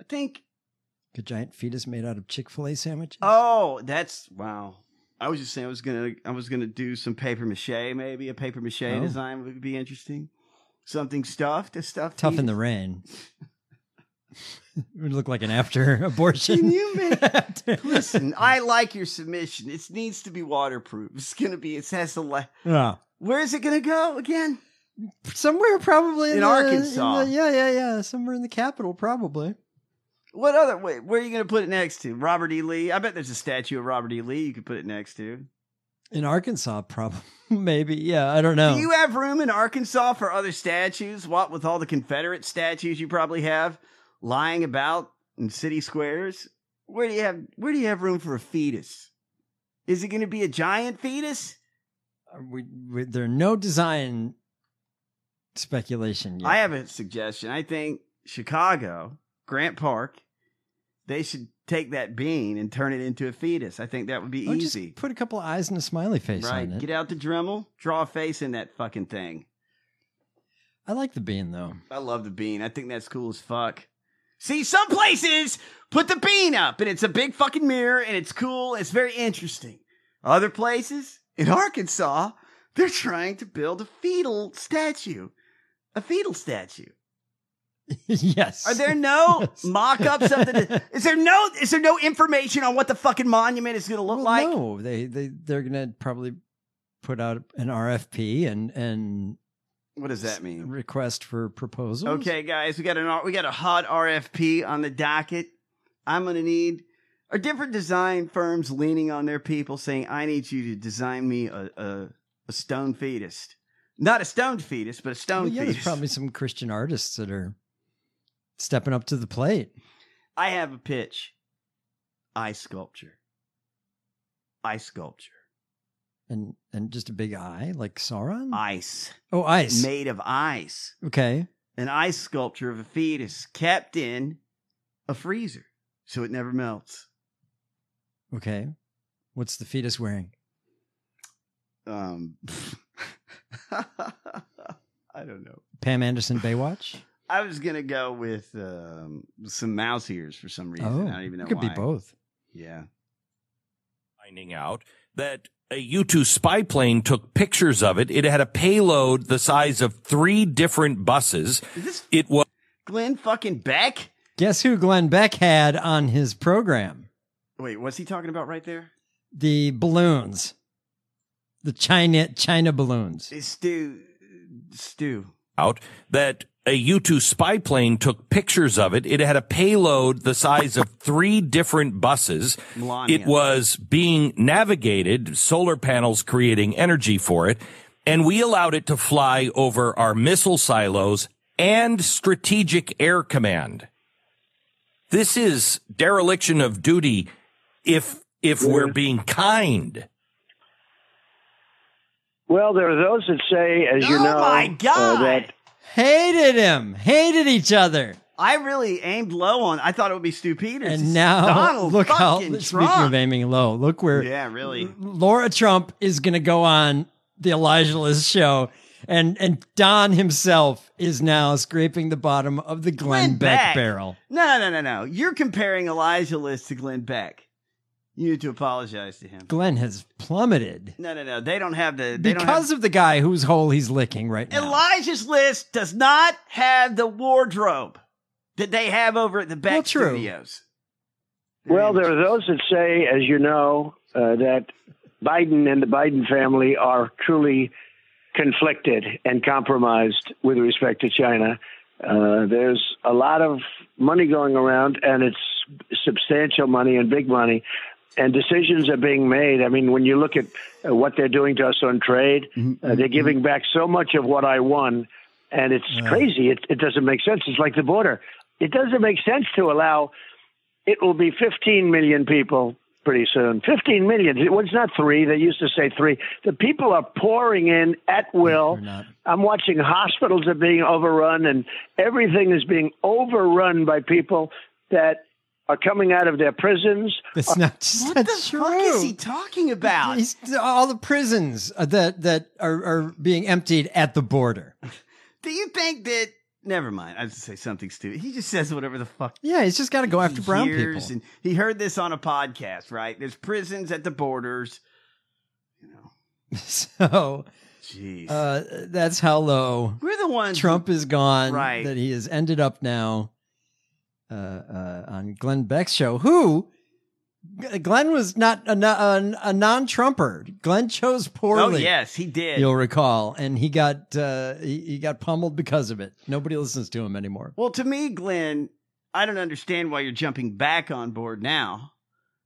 I think. a giant fetus made out of Chick Fil A sandwich? Oh, that's wow. I was just saying. I was gonna. I was gonna do some paper mache. Maybe a paper mache Oh. design would be interesting. Something stuffed. A stuffed. Tough in the fetus. rain. it would look like an after Can abortion. you make listen? I like your submission. It needs to be waterproof. It's gonna be. It has to. La- Yeah. Where is it gonna go again? Somewhere probably in, In the- Arkansas. the- yeah, yeah, yeah. Somewhere in the capital, probably. What other? Wait, where are you gonna put it next to Robert E. Lee? I bet there's a statue of Robert E. Lee you could put it next to. In Arkansas, probably. Maybe. Yeah, I don't know. Do you have room in Arkansas for other statues? What with all the Confederate statues you probably have lying about in city squares? Where do you have where do you have room for a fetus? Is it going to be a giant fetus? Are Uh, we, we, there are no design speculation yet. I have a suggestion. I think Chicago, Grant Park, they should take that bean and turn it into a fetus. I think that would be Oh, just easy. put a couple eyes and a smiley face Right. on it. Get out the Dremel, draw a face in that fucking thing. I like the bean though. I love the bean. I think that's cool as fuck. See, some places put the bean up and it's a big fucking mirror and it's cool. It's very interesting. Other places in Arkansas, they're trying to build a fetal statue. A fetal statue. yes. Are there no mock-ups of the Is there no is there no information on what the fucking monument is going to look like? no, Oh, they they they're gonna probably put out an RFP and and What does that mean? request for proposals. Okay, guys, we got an R- we got a hot RFP on the docket. I'm gonna need are different design firms leaning on their people saying, "I need you to design me a a, a stone fetus, not a stone fetus, but a stone Well, yeah, there's fetus." probably some Christian artists that are stepping up to the plate. I have a pitch. Eye sculpture. Eye sculpture. And and just a big eye like Sauron. Uh, Ice. Oh, ice. Made of ice. okay. An ice sculpture of a fetus kept in a freezer so it never melts. Okay. What's the fetus wearing? Um, I don't know. Pam Anderson Baywatch? I was gonna go with um, some mouse ears for some Oh, reason. I don't even know. it could be why. both. Yeah. Finding out that a U 2 spy plane took pictures of it. It had a payload the size of three different buses. It was. Glenn fucking Beck. Guess who Glenn Beck had on his program? Wait, what's he talking about right there? The balloons, the China China balloons. It's Stu. Stu. out that a U 2 spy plane took pictures of it. It had a payload the size of three different buses. Melania. It was being navigated, solar panels creating energy for it, and we allowed it to fly over our missile silos and Strategic Air Command. This is dereliction of duty if if we're being kind. Well, there are those that say, as you know, my God. Uh, that Hated him. Hated each other. I really aimed low on. I thought it would be Stu Peters. And It's now Donald look how fucking speaking Trump. of aiming low, look where Yeah, really. Laura Trump is going to go on the Elijah List show, and and Don himself is now scraping the bottom of the Glenn, Beck, barrel. No, no, no, no. You're comparing Elijah List to Glenn Beck. You need to apologize to him. Glenn has plummeted No, no, no. They don't have the. They don't have, because of the guy whose hole he's licking right now. Elijah's List does not have the wardrobe that they have over at the Beck Studios. well, there are those that say, as you know, uh, that Biden and the Biden family are truly conflicted and compromised with respect to China. Uh, there's a lot of money going around, and it's substantial money and big money. And decisions are being made. I mean, when you look at uh, what they're doing to us on trade, uh, they're giving back so much of what I won, and it's crazy. It, it doesn't make sense. It's like the border. It doesn't make sense to allow it will be 15 million people pretty soon. 15 million. It was not three. They used to say three. The people are pouring in at will. I'm watching hospitals are being overrun, and everything is being overrun by people that are coming out of their prisons. That's not just What the fuck is he talking about? He's, all the prisons uh, that that are, are being emptied at the border. Do you think that? Never mind. I was gonna say something stupid. He just says whatever the fuck. Yeah, he's just got to go after he brown hears, people. And he heard this on a podcast, right? There's prisons at the borders. So, Jeez. uh, that's how low We're the ones. Trump is gone. Right. That he has ended up now uh, uh, on Glenn Beck's show. Who? G- Glenn was not a, no- a, a non-Trumper. Glenn chose Oh poorly. yes, he did. You'll recall, and he got uh, he, he got pummeled because of it. Nobody listens to him anymore. Well, to me, Glenn, I don't understand why you're jumping back on board now,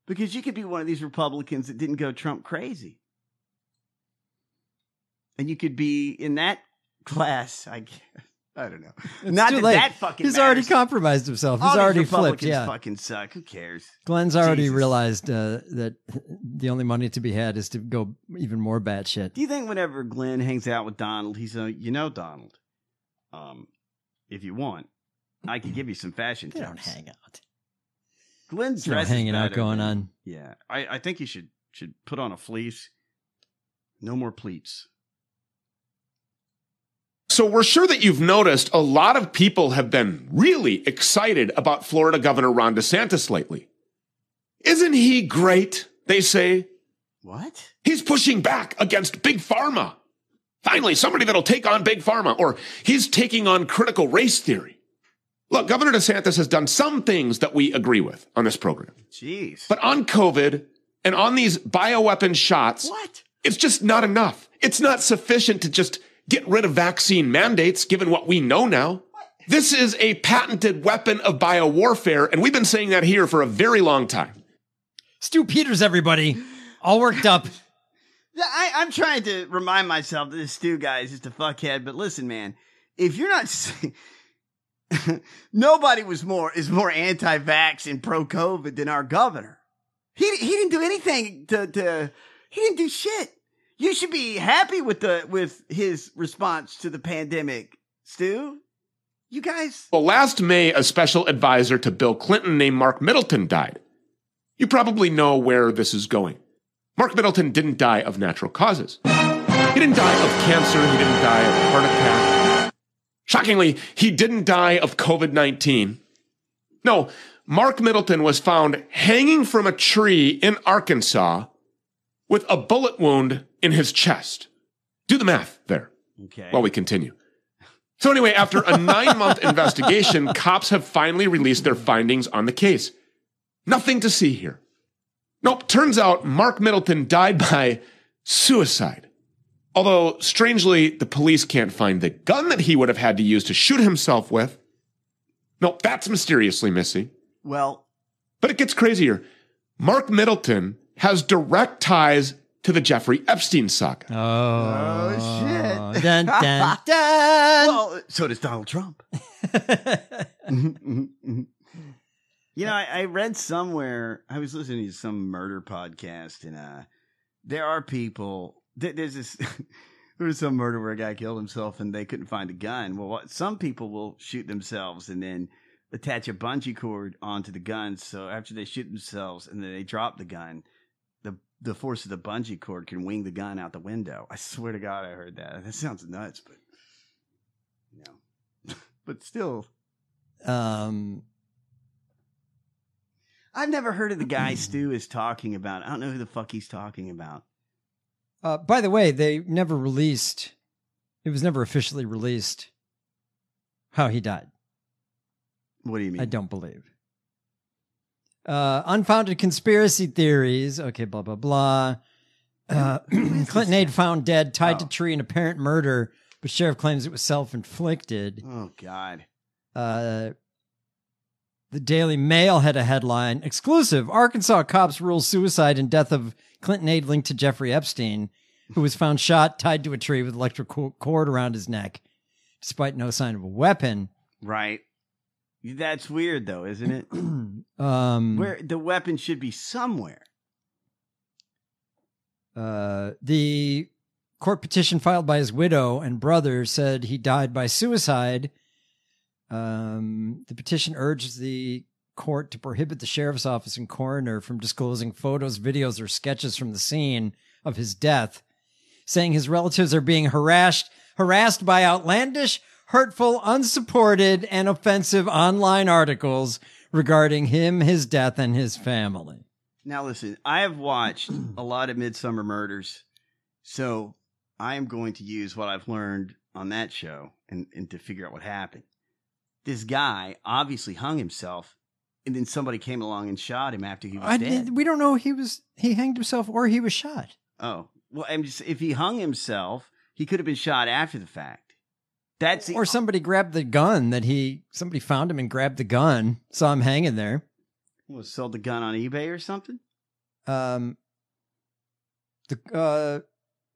because you could be one of these Republicans that didn't go Trump crazy, and you could be in that class. I guess. I don't know. It's Not too that late. that fucking. He's matters. already compromised himself. He's All these already flipped. Republicans Yeah. fucking suck. Who cares? Glenn's already Jesus. realized uh, that the only money to be had is to go even more batshit. Do you think whenever Glenn hangs out with Donald, he's a you know Donald, um, if you want, I can give you some fashion. They don't hang out. Glenn's You know, dress is hanging out better, going man. on. Yeah, I, I think you should should put on a fleece. No more pleats. So we're sure that you've noticed a lot of people have been really excited about Florida Governor Ron DeSantis lately. Isn't he great? They say. What? He's pushing back against Big Pharma. Finally, somebody that'll take on Big Pharma, or he's taking on critical race theory. Look, Governor DeSantis has done some things that we agree with on this program. Jeez. But on COVID and on these bioweapon shots, what? It's just not enough. It's not sufficient to just get rid of vaccine mandates given what we know now. This is a patented weapon of biowarfare, and we've been saying that here for a very long time. Stu Peters, everybody, all worked up. Yeah, I, I'm trying to remind myself that this Stu guy is just a fuckhead. But listen, man, if you're not, s- nobody was more is more anti-vax and pro-COVID than our governor. He he didn't do anything to to he didn't do shit. You should be happy with the with his response to the pandemic, Stu. You guys, Well, last May, a special advisor to Bill Clinton named Mark Middleton died. You probably know where this is going. Mark Middleton didn't die of natural causes. He didn't die of cancer. He didn't die of a heart attack. Shockingly, he didn't die of COVID 19. No, Mark Middleton was found hanging from a tree in Arkansas with a bullet wound in his chest. Do the math there Okay. while we continue. So, anyway, after a nine month investigation, cops have finally released their findings on the case. Nothing to see here. Nope, turns out Mark Middleton died by suicide. Although, strangely, the police can't find the gun that he would have had to use to shoot himself with. Nope, that's mysteriously missing. Well, But it gets crazier. Mark Middleton has direct ties to the Jeffrey Epstein saga. Oh, shit. Dun, dun, Well, so does Donald Trump. mm-hmm, You know, I, I read somewhere I was listening to some murder podcast, and uh, there are people. There, there's this. there was some murder where a guy killed himself, and they couldn't find a gun. Well, what, some people will shoot themselves and then attach a bungee cord onto the gun. So after they shoot themselves and then they drop the gun, the the force of the bungee cord can wing the gun out the window. I swear to God, I heard that. That sounds nuts, but no, but still. Um, I've never heard of the guy Stu is talking about. I don't know who the fuck he's talking about. Uh, by the way, they never released. It was never officially released. How he died. What do you mean? I don't believe. Uh, unfounded conspiracy theories. Okay, blah blah blah. Uh, Clinton aide found dead, tied Oh. to tree in apparent murder, but sheriff claims it was self inflicted. Oh God. Uh, the Daily Mail had a headline exclusive: Arkansas cops rule suicide and death of Clinton aide linked to Jeffrey Epstein, who was found shot, tied to a tree with electrical cord around his neck, despite no sign of a weapon. Right. That's weird though, isn't it? Um, Where the weapon should be somewhere. Uh, the court petition filed by his widow and brother said he died by suicide. Um, the petition urges the court to prohibit the sheriff's office and coroner from disclosing photos, videos, or sketches from the scene of his death, saying his relatives are being harassed harassed by outlandish, hurtful, unsupported, and offensive online articles regarding him, his death, and his family. Now listen, I have watched a lot of Midsummer Murders, so I am going to use what I've learned on that show and, and to figure out what happened. This guy obviously hung himself, and then somebody came along and shot him after he was I dead. did- we don't know he was he hanged himself or he was shot. Oh well, I'm just if he hung himself, he could have been shot after the fact. That's the, or somebody grabbed the gun that he somebody found him and grabbed the gun, saw him hanging there. was sold the gun on eBay or something. Um, the uh,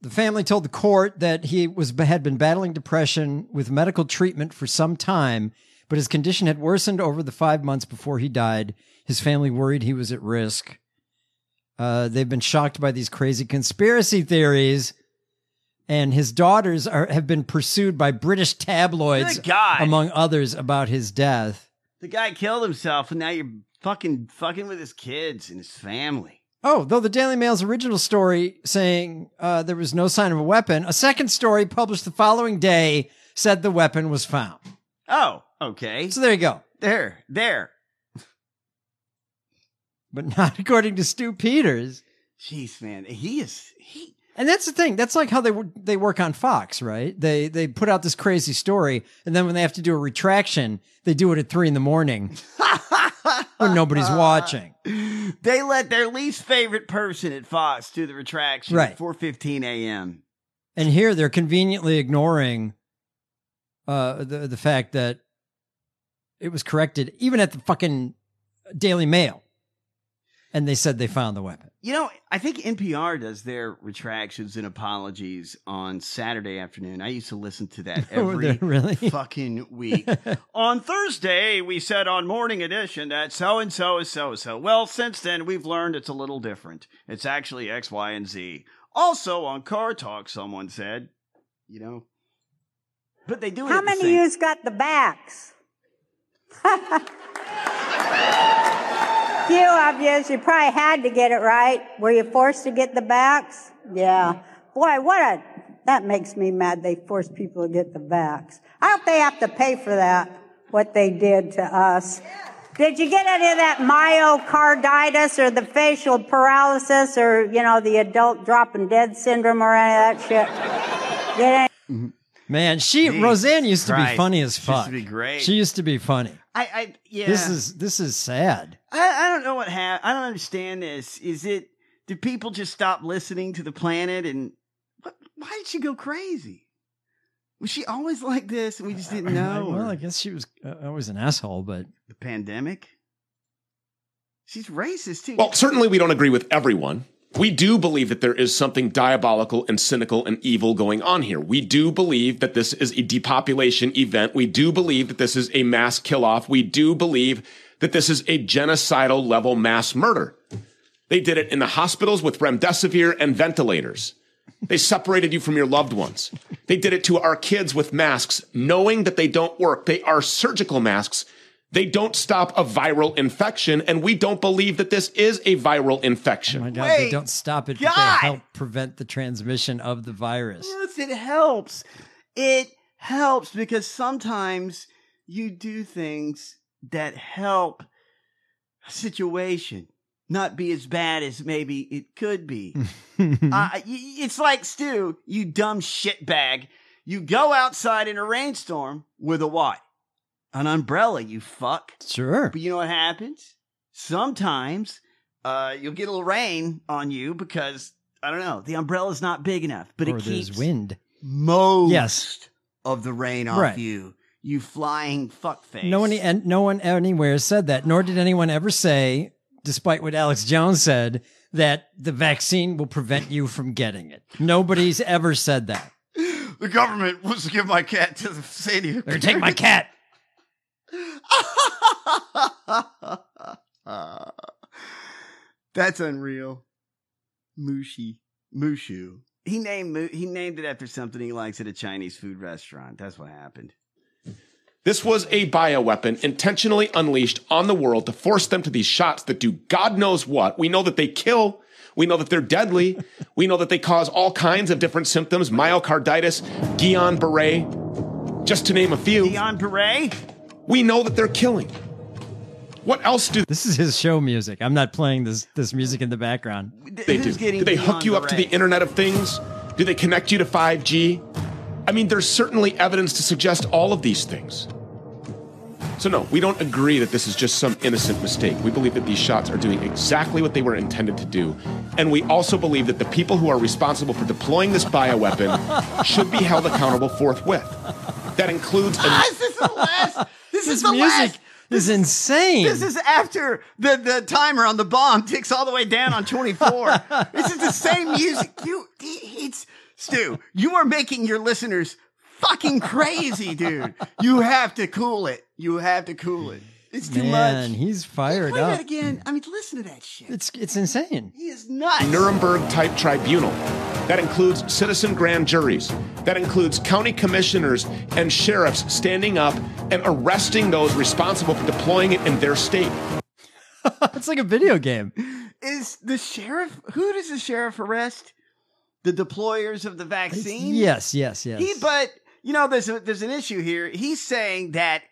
the family told the court that he was had been battling depression with medical treatment for some time, but his condition had worsened over the five months before he died. His family worried he was at risk. Uh, they've been shocked by these crazy conspiracy theories, and his daughters are, have been pursued by British tabloids, Good God. among others, about his death. The guy killed himself, and now you're fucking fucking with his kids and his family. Oh, though the Daily Mail's original story saying uh, there was no sign of a weapon, a second story published the following day said the weapon was found. Oh, okay. So there you go. There, there. But not according to Stu Peters. Jeez, man, he is he. And that's the thing. That's like how they wo- they work on Fox, right? They they put out this crazy story, and then when they have to do a retraction, they do it at three in the morning when nobody's watching. They let their least favorite person at Fox do the retraction Right. at 4:15 a.m. And here they're conveniently ignoring uh, the the fact that it was corrected even at the fucking Daily Mail, and they said they found the weapon. You know, I think NPR does their retractions and apologies on Saturday afternoon. I used to listen to that Oh, every really? fucking week. on Thursday, we said on Morning Edition that so and so is so and so. Well, since then, we've learned it's a little different. It's actually X, Y, and Z. Also on Car Talk, someone said, you know, but they do it. How at the many of same- you's got the backs? Few of yous, you probably had to get it right. Were you forced to get the backs? Yeah. Boy, what a That makes me mad. They force people to get the vax. I hope they have to pay for that, what they did to us. Did you get any of that myocarditis or the facial paralysis or, you know, the adult dropping dead syndrome or any of that shit? Get any- Man, she Roseanne used to be Mm-hmm. Christ. funny as She used fuck. to be great. She used to be funny. I, I yeah. This is this is sad. I, I don't know what happened. I don't understand this. Is it? Did people just stop listening to the planet? And what, why did she go crazy? Was she always like this, and we just didn't know? well, or- I guess she was uh, always an asshole, but the pandemic. She's racist too. Well, certainly we don't agree with everyone. We do believe that there is something diabolical and cynical and evil going on here. We do believe that this is a depopulation event. We do believe that this is a mass kill off. We do believe that this is a genocidal level mass murder. They did it in the hospitals with remdesivir and ventilators. They separated you from your loved ones. They did it to our kids with masks, knowing that they don't work. They are surgical masks. They don't stop a viral infection, and we don't believe that this is a viral infection. God, they don't stop it. But they help prevent the transmission of the virus. Yes, it helps. It helps because sometimes you do things that help a situation not be as bad as maybe it could be. uh, y- it's like Stu, you dumb shitbag. You go outside in a rainstorm with a what? An umbrella, you fuck. Sure. But you know what happens? Sometimes uh, you'll get a little rain on you because, I don't know, the umbrella's not big enough, but Or it there's keeps wind. most Yes. of the rain off Right. you. You flying fuckface. No one e, and no one anywhere said that, nor did anyone ever say, despite what Alex Jones said, that the vaccine will prevent you from getting it. Nobody's ever said that. The government wants to give my cat to the San Diego. They're gonna take my cat. Uh, that's unreal. Mushi. Mushu. He named Mu- he named it after something he likes at a Chinese food restaurant. That's what happened. This was a bioweapon intentionally unleashed on the world to force them to these shots that do God knows what. We know that they kill. We know that they're deadly. We know that they cause all kinds of different symptoms myocarditis, Guillain Barre, just to name a few. Guillain Barre? We know that they're killing. What else do This is his show music. I'm not playing this this music in the background. they do? Do they hook you up to the Internet of Things? Do they connect you to 5G? I mean, there's certainly evidence to suggest all of these things. So, no, we don't agree that this is just some innocent mistake. We believe that these shots are doing exactly what they were intended to do. And we also believe that the people who are responsible for deploying this bioweapon should be held accountable forthwith. That includes. This, is the music is insane. This is after the, the timer on the bomb ticks all the way down on 24. this is the same music. You, it's Stu, you are making your listeners fucking crazy, dude. You have to cool it. You have to cool it. It's too Man, much. he's fired Play up. that again. I mean, listen to that shit. It's it's insane. He is nuts. Nuremberg type tribunal. That includes citizen grand juries. That includes county commissioners and sheriffs standing up and arresting those responsible for deploying it in their state. it's like a video game. Is the sheriff? Who does the sheriff arrest? The deployers of the vaccine? Yes, yes, yes. He, but you know, there's a, there's an issue here. He's saying that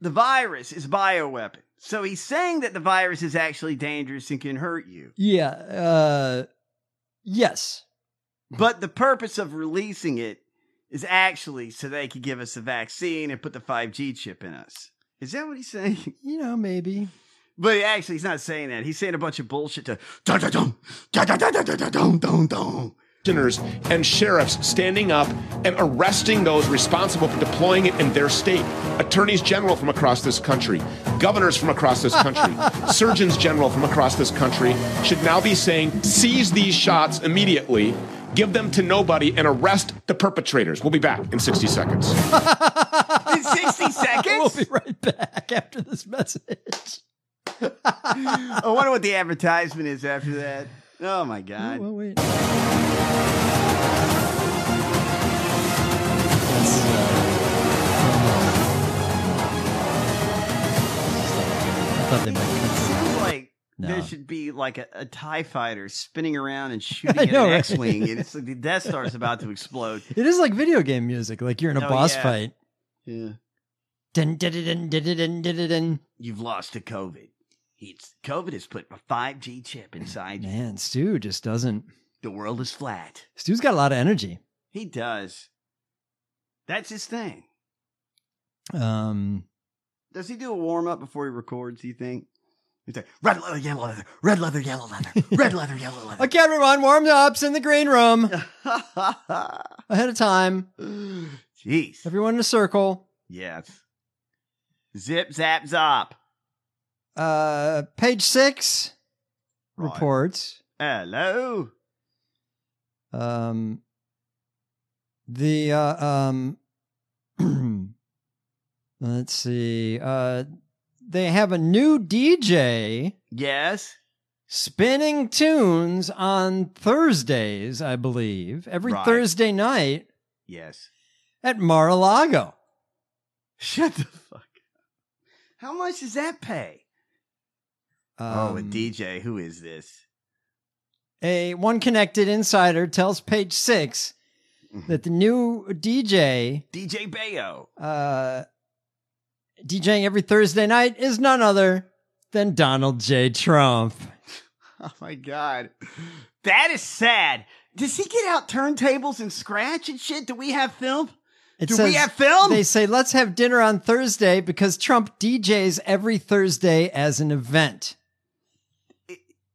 the virus is bioweapon. So he's saying that the virus is actually dangerous and can hurt you. yeah, uh yes. But the purpose of releasing it is actually so they could give us a vaccine and put the 5G chip in us. Is that what he's saying? You know, maybe. But he actually, he's not saying that. He's saying a bunch of bullshit to da da dum da da da da da dum dum dum. Commissioners and sheriffs standing up and arresting those responsible for deploying it in their state. Attorneys general from across this country, governors from across this country, surgeons general from across this country should now be saying, seize these shots immediately, give them to nobody, and arrest the perpetrators. We'll be back in 60 seconds. In 60 seconds? we'll be right back after this message. I wonder what the advertisement is after that. Oh my god. Well, wait. I thought they might cut Sounds like There should be like a, a TIE fighter spinning around and shooting I at know, an right? X Wing. And it's like the Death Star is about to explode. It is like video game music. Like you're in a Oh, boss yeah. fight. Yeah. Dun, dun, dun, dun, dun, dun, dun, dun, dun. You've lost to COVID. It's, COVID has put a 5G chip inside you. Man, Stu just doesn't. The world is flat. Stu's got a lot of energy. He does. That's his thing. Um, Does he do a warm up before he records, do you think? He's like, red leather, yellow leather, red leather, yellow leather, red leather, yellow leather. okay, everyone, warm ups in the green room ahead of time. Jeez. Everyone in a circle. Yes. Zip, zap, zop. Uh, page six Right. reports. Hello. Um, the uh, um, let's see. Uh, they have a new DJ. Yes. Spinning tunes on Thursdays, I believe, every Right. Thursday night Yes. at Mar-a-Lago. Shut the fuck. How much does that pay? oh, a Um, DJ. Who is this? A one connected insider tells Page Six Mm-hmm. that the new DJ DJ Bayo. uh, DJing every Thursday night is none other than Donald J. Trump. Oh my god. That is sad. Does he get out turntables and scratch and shit? Do we have film? It Do says- we have film? They say let's have dinner on Thursday because Trump DJs every Thursday as an event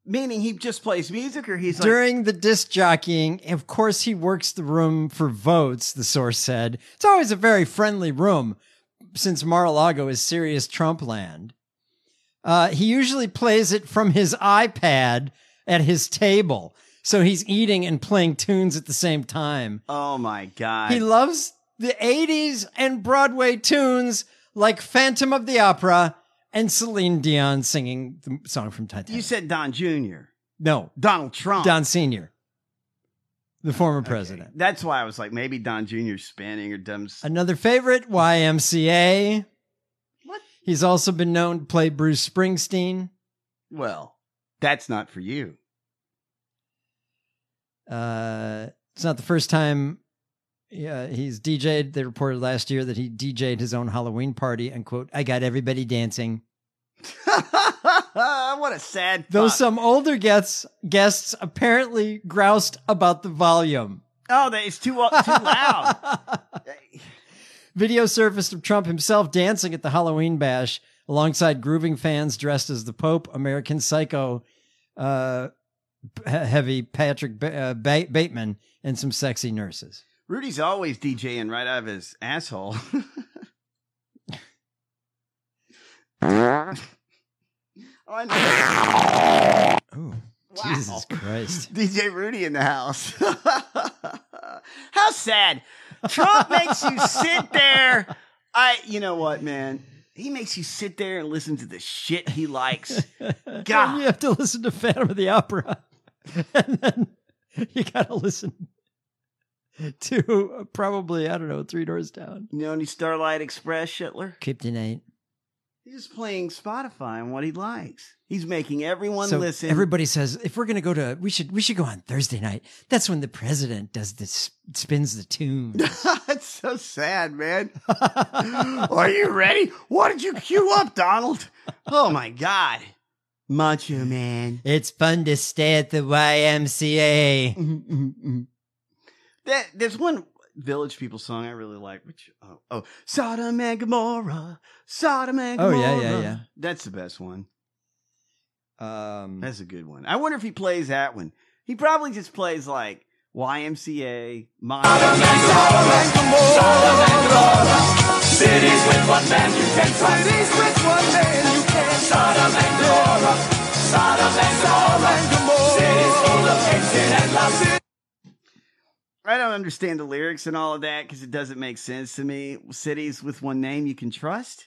Meaning he just plays music or he's like during the disc jockeying. Of course, he works the room for votes. The source said it's always a very friendly room since Mar-a-Lago is serious Trump land. Uh, he usually plays it from his iPad at his table. So he's eating and playing tunes at the same time. Oh my god. He loves the 80s and Broadway tunes like Phantom of the Opera and Celine Dion singing the song from Titanic. You said Don Jr. No, Donald Trump. Don Sr., the former president. That's why I was like, maybe Don Jr.'s spinning or dumb. s- Another favorite, YMCA. What? He's also been known to play Bruce Springsteen. Well, that's not for you. Uh, it's not the first time yeah, he's DJ'd. They reported last year that he DJ'd his own Halloween party and, quote, I got everybody dancing. what a sad. Though fuck. some older guests guests apparently groused about the volume. Oh, that is too uh, too loud. Video surfaced of Trump himself dancing at the Halloween bash alongside grooving fans dressed as the Pope, American Psycho, uh, he- heavy Patrick ba- uh, ba- Bateman, and some sexy nurses. Rudy's always DJing right out of his asshole. Oh, I know. Jesus Christ. DJ Rudy in the house. How sad. Trump makes you sit there. I you know what, man? He makes you sit there and listen to the shit he likes. And God. you have to listen to Phantom of the Opera. and then you got to listen to uh, probably, I don't know, Three Doors Down. You know any Starlight Express Shitler? Kryptonite. He's just playing Spotify and what he likes. He's making everyone so listen. everybody says if we're gonna go to we should we should go on Thursday night. That's when the president does this spins the tune. That's so sad, man. Are you ready? What did you queue up, Donald? Oh my God. Macho man. It's fun to stay at the Mm-hmm, YMCA. That, there's one Village People song I really like, which, oh, oh Sodom and Gomorrah. Sodom and Oh, Gomorrah. yeah, yeah, yeah. That's the best one. Um, That's a good one. I wonder if he plays that one. He probably just plays like YMCA, Mon- Cities with one man you can trust. Cities with one man you can trust. Sodom and Gomorrah. Sodom and Gomorrah. Cities full of hatred and love. I don't understand the lyrics and all of that because it doesn't make sense to me. Cities with one name you can trust.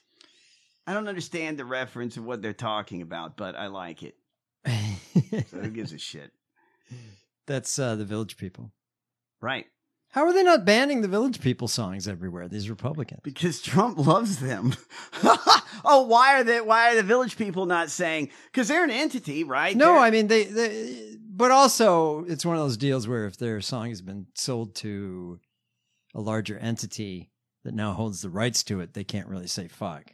I don't understand the reference of what they're talking about, but I like it. so who gives a shit? That's uh, the village people. Right. How are they not banning the Village People songs everywhere? These Republicans. Because Trump loves them. oh, why are the why are the village people not saying? Because they're an entity, right? No, They're- I mean they, they. But also, it's one of those deals where if their song has been sold to a larger entity that now holds the rights to it, they can't really say fuck.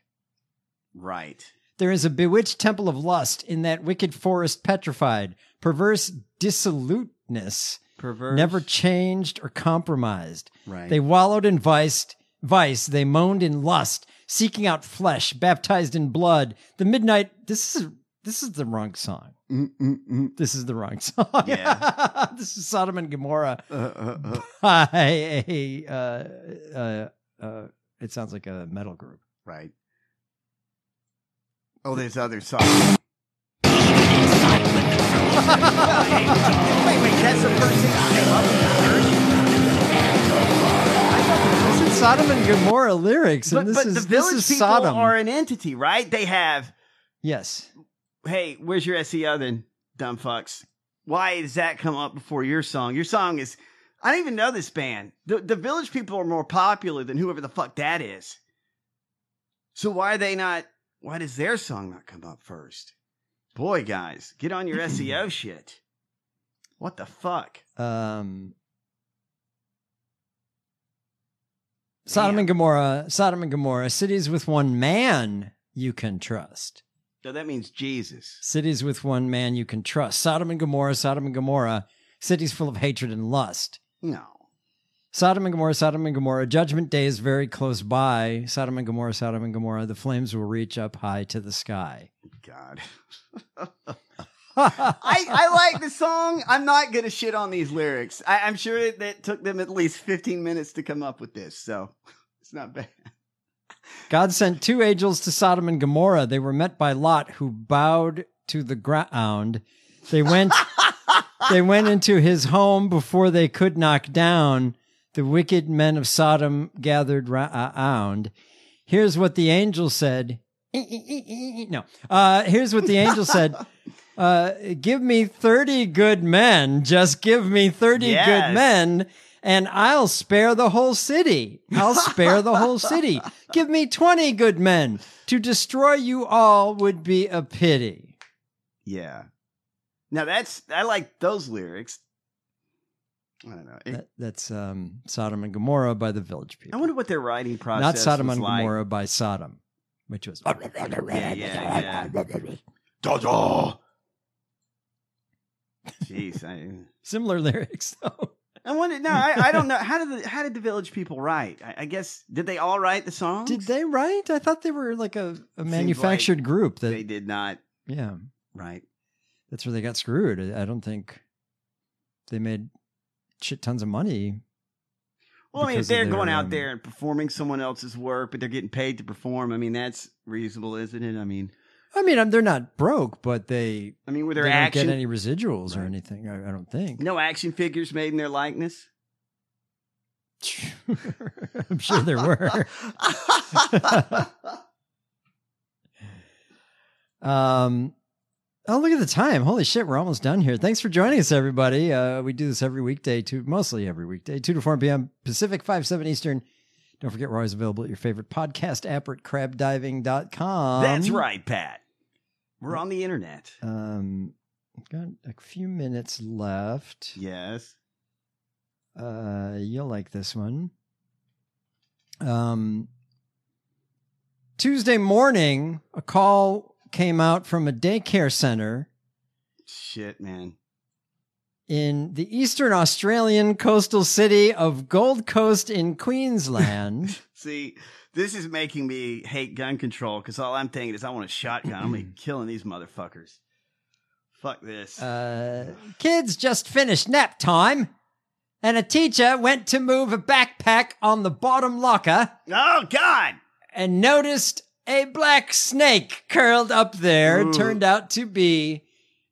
right. There is a bewitched temple of lust in that wicked forest, petrified, perverse dissoluteness, Perverse. never changed or compromised. Right. They wallowed in vice, vice. They moaned in lust, seeking out flesh, baptized in blood. The midnight. This is this is the wrong song. Mm, This is the wrong song. Yeah. this is Sodom and Gomorrah Uh, by a. Uh, uh, uh, it sounds like a metal group. Right. Oh, there's other songs. wait, wait, that's the first thing I This is Sodom and Gomorrah lyrics, and But, this but is the this village is people Sodom. are an entity, right? They have. Yes. Hey, where's your SEO then, dumb fucks? Why does that come up before your song? Your song is. I don't even know this band. The, the village people are more popular than whoever the fuck that is. So why are they not? Why does their song not come up first? Boy, guys, get on your SEO shit. What the fuck? Um, Sodom and Gomorrah, Sodom and Gomorrah, cities with one man you can trust. So that means Jesus. Cities with one man you can trust. Sodom and Gomorrah, Sodom and Gomorrah, cities full of hatred and lust. No. Sodom and Gomorrah, Sodom and Gomorrah, judgment day is very close by. Sodom and Gomorrah, Sodom and Gomorrah, the flames will reach up high to the sky. God. I, I like the song. I'm not gonna shit on these lyrics. I, I'm sure it, that took them at least 15 minutes to come up with this, so it's not bad. God sent two angels to Sodom and Gomorrah. They were met by Lot, who bowed to the ground. They went, they went into his home before they could knock down. The wicked men of Sodom gathered round. Here's what the angel said. No, uh, here's what the angel said. Uh, give me 30 good men. Just give me 30 Yes. good men and I'll spare the whole city. I'll spare the whole city. Give me 20 good men. To destroy you all would be a pity. Yeah. Now that's I like those lyrics. I don't know. It- That, that's um, Sodom and Gomorrah by the Village People. I wonder what their writing process Not Sodom was and like. Gomorrah by Sodom, which was. Yeah, yeah, yeah. Jeez, I Similar lyrics, though. I wonder. No, I, I don't know. How did the how did the village people write? I, I guess did they all write the songs? Did they write? I thought they were like a, a like manufactured group that. they did not. Yeah. Right. That's where they got screwed. I I don't think they made shit tons of money. Well, I mean, if because of they're going their, out um, there and performing someone else's work, but they're getting paid to perform, I mean, that's reasonable, isn't it? I mean, I mean, I'm, they're not broke, but they. I mean, were they there don't action get any residuals or anything. I, I don't think. no action figures made in their likeness? I'm sure there were. um. Oh, look at the time. Holy shit, we're almost done here. Thanks for joining us, everybody. Uh, we do this every weekday, to mostly every weekday, 2 to 4 p.m. Pacific, 5, 7 Eastern. Don't forget, we're always available at your favorite podcast app or at crabdiving.com. that's right, Pat. We're on the internet. Um, I've got a few minutes left. Yes. Uh, you'll like this one. Um, Tuesday morning, a call came out from a daycare center Shit, man. in the eastern Australian coastal city of Gold Coast in Queensland. See, this is making me hate gun control because all I'm thinking is I want a shotgun. I'm going to be killing these motherfuckers. Fuck this. Uh, kids just finished nap time, and a teacher went to move a backpack on the bottom locker. Oh, God! And noticed a black snake curled up there. Ooh. It turned out to be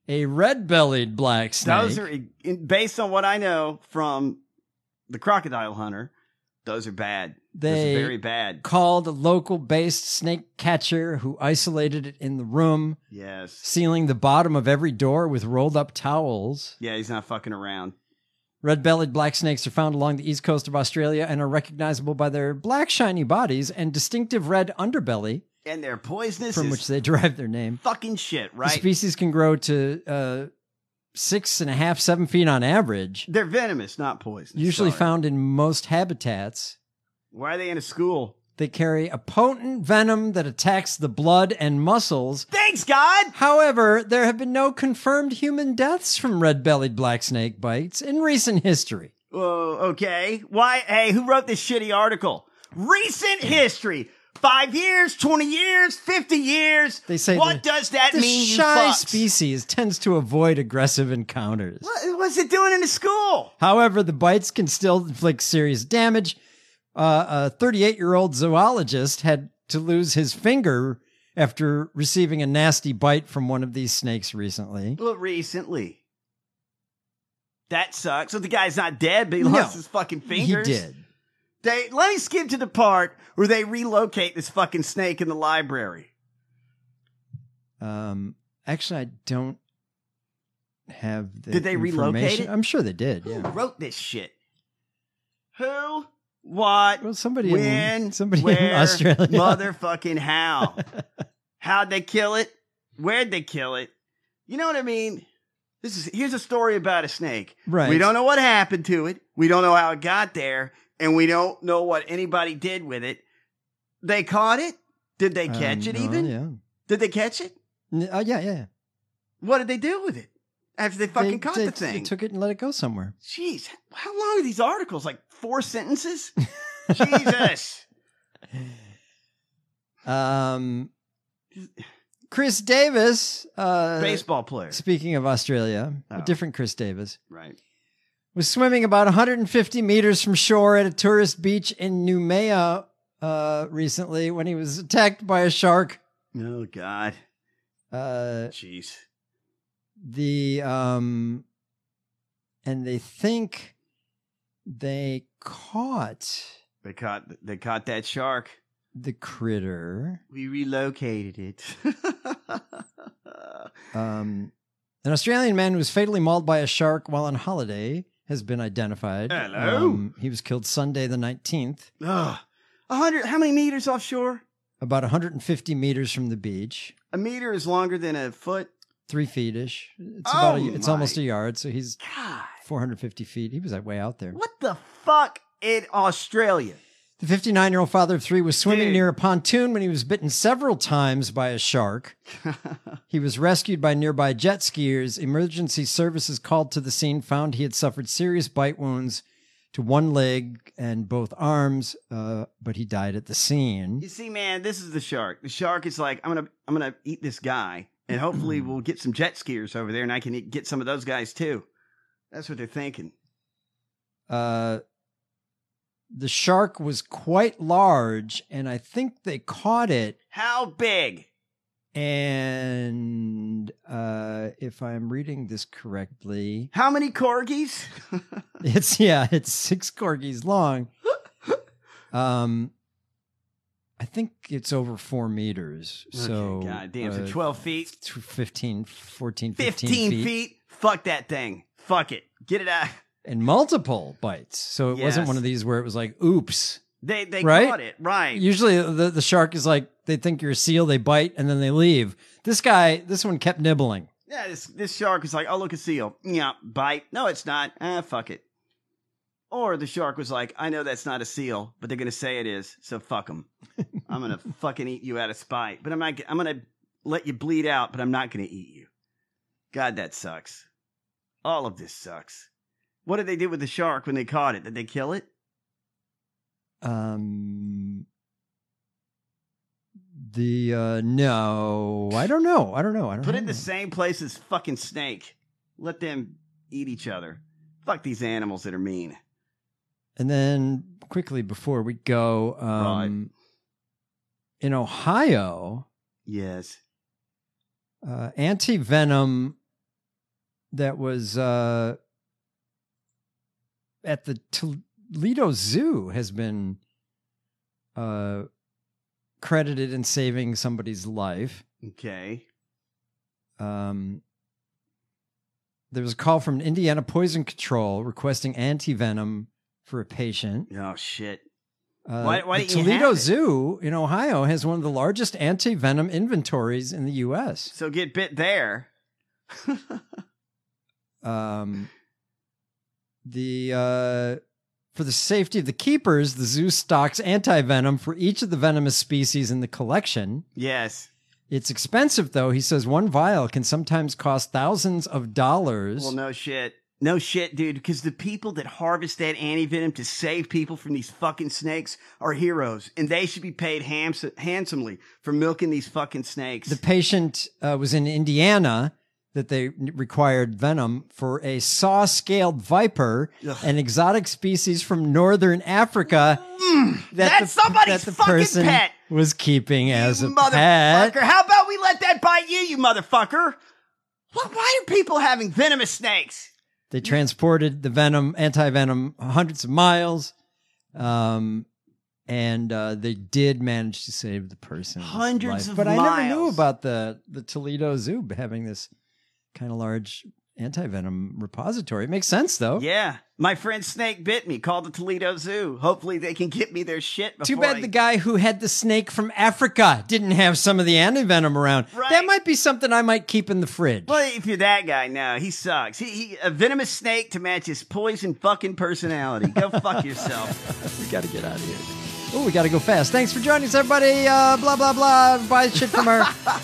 a red bellied black snake. Those are in- based on what I know from the crocodile hunter. Those are bad. They- those are very bad. Called a local based snake catcher who isolated it in the room, Yes. sealing the bottom of every door with rolled up towels. Yeah, he's not fucking around. Red bellied black snakes are found along the east coast of Australia and are recognizable by their black, shiny bodies and distinctive red underbelly, And they're poisonous. from as which they derive their name. fucking shit, right? The species can grow to uh, six and a half, seven feet on average. They're venomous, not poisonous. Usually Sorry. found in most habitats. Why are they in a school? They carry a potent venom that attacks the blood and muscles. Thanks, God! However, there have been no confirmed human deaths from red bellied black snake bites in recent history. Whoa, okay. Why? Hey, who wrote this shitty article? Recent history. Five years, 20 years, 50 years. They say what the- does that the mean, you shy fucks? species tends to avoid aggressive encounters. What- what's it doing in the school? However, the bites can still inflict serious damage. Uh, a 38 year old zoologist had to lose his finger after receiving a nasty bite from one of these snakes recently. Well, recently. That sucks. So the guy's not dead, but he lost No, his fucking he fingers. did. They let me skip to the part where they relocate this fucking snake in the library. Um, actually, I don't have the. Did they relocate information. it? I'm sure they did. Yeah. Who wrote this shit? Who? What? Well, somebody in- when, somebody in where, Australia. Motherfucking how? How'd they kill it? Where'd they kill it? You know what I mean? This is here's a story about a snake. Right. We don't know what happened to it. We don't know how it got there, and we don't know what anybody did with it. They caught it. Did they catch it? Um, Even Yeah. did they catch it? N- Oh, yeah, yeah. What did they do with it after they fucking They- caught they- the thing? They took it and let it go somewhere. Jeez, how long are these articles? Like four sentences? Jesus. Um, Chris Davis, uh, Baseball player. Oh. Speaking of Australia, a different Chris Davis Right. was swimming about 150 meters from shore at a tourist beach in Noumea uh, recently when he was attacked by a shark. Oh God. Uh, Jeez. The um, and they think they caught They caught they caught that shark. the critter. We relocated it. Um, an Australian man who was fatally mauled by a shark while on holiday has been identified. Hello. Ah. Um, he was killed Sunday the 19th, Ugh. A hundred how many meters offshore? about 150 meters from the beach, A meter is longer than a foot. three feet ish. It's Oh about a, it's my almost a yard, so he's God. 450 feet. He was like way out there. What the fuck in Australia? The 59 year old father of three was swimming near a pontoon when he was bitten several times by a shark. he was rescued by nearby jet skiers. Emergency services called to the scene found he had suffered serious bite wounds to one leg and both arms, uh, but he died at the scene. You see, man, this is the shark. The shark is like, I'm gonna, I'm gonna eat this guy, and hopefully we'll get some jet skiers over there, and I can eat- get some of those guys too. That's what they're thinking. Uh, the shark was quite large, and I think they caught it How big? and uh, if I'm reading this correctly, how many corgis? it's yeah, it's six corgis long. Um, I think it's over four meters. Okay, so uh, God damn, so 12 feet? tw- 15, 14, 15, 15 feet, feet. Fuck that thing. Fuck it. Get it out. and multiple bites. So it wasn't Yes. one of these where it was like, oops. They they Right? caught it right. Usually the, the shark is like, they think you're a seal, they bite, and then they leave. This guy, this one kept nibbling. yeah, this this shark is like, oh look a seal. Yeah, bite. No, it's not. Ah, fuck it. Or the shark was like, I know that's not a seal, but they're gonna say it is, so fuck them. I'm gonna fucking eat you out of spite, but I'm not. I'm gonna let you bleed out, but I'm not gonna eat you. God, that sucks. All of this sucks. What did they do with the shark when they caught it? Did they kill it? Um, the uh, no, I don't know. I don't know. I don't Put know. it in the same place as fucking snake. Let them eat each other. Fuck these animals that are mean. and then quickly before we go, um, in Ohio, yes, uh, anti venom that was uh, at the Toledo Zoo has been uh, credited in saving somebody's life. Okay. Um, there was a call from Indiana Poison Control requesting anti venom for a patient. Oh shit! Uh, Why- why the didn't you Toledo have it? Zoo in Ohio has one of the largest anti venom inventories in the U.S. So get bit there. Um, the uh, for the safety of the keepers, the zoo stocks anti venom for each of the venomous species in the collection. Yes. It's expensive, though. He says one vial can sometimes cost thousands of dollars. Well, no shit. No shit, dude, because the people that harvest that antivenom to save people from these fucking snakes are heroes, and they should be paid hams- handsomely for milking these fucking snakes. the patient uh, was in Indiana that they n- required venom for a saw scaled viper, Ugh. an exotic species from northern Africa. Mm, that's somebody's fucking person pet. was keeping as a Motherfucker, pet. how about we let that bite you, you motherfucker? Why- Why are people having venomous snakes? They transported the venom, anti venom, hundreds of miles. Um, and uh, they did manage to save the person. Hundreds of but I never knew about the, the Toledo Zoo having this kind of large anti venom repository. It makes sense, though. Yeah, my friend Snake bit me. Called the Toledo Zoo. Hopefully, they can get me their shit. Before Too bad I- the guy who had the snake from Africa didn't have some of the antivenom around. That might be something I might keep in the fridge. Well, if you're that guy, no, he sucks. He, he a venomous snake to match his poison fucking personality. Go fuck yourself. we gotta get out of here. Oh, we gotta go fast. Thanks for joining us, everybody. Uh, blah, blah, blah. Buy shit from our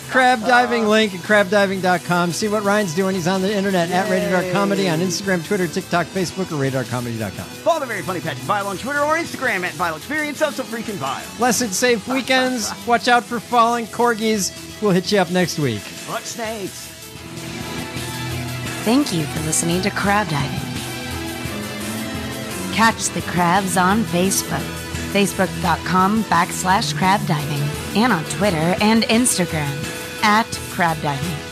crab diving link at crabdiving.com. See what Ryan's doing. He's on the internet at Radar Comedy on Instagram, Twitter, TikTok, Facebook, or radarcomedy.com. Follow the very funny Patrick Vile on Twitter or Instagram at Vile Experience. Also freaking Vile. Blessed, safe weekends. Watch out for falling corgis. We'll hit you up next week. Fuck snakes. Thank you for listening to Crab Diving. Catch the crabs on Facebook, facebook.com backslash crab diving, and on Twitter and Instagram at crab diving.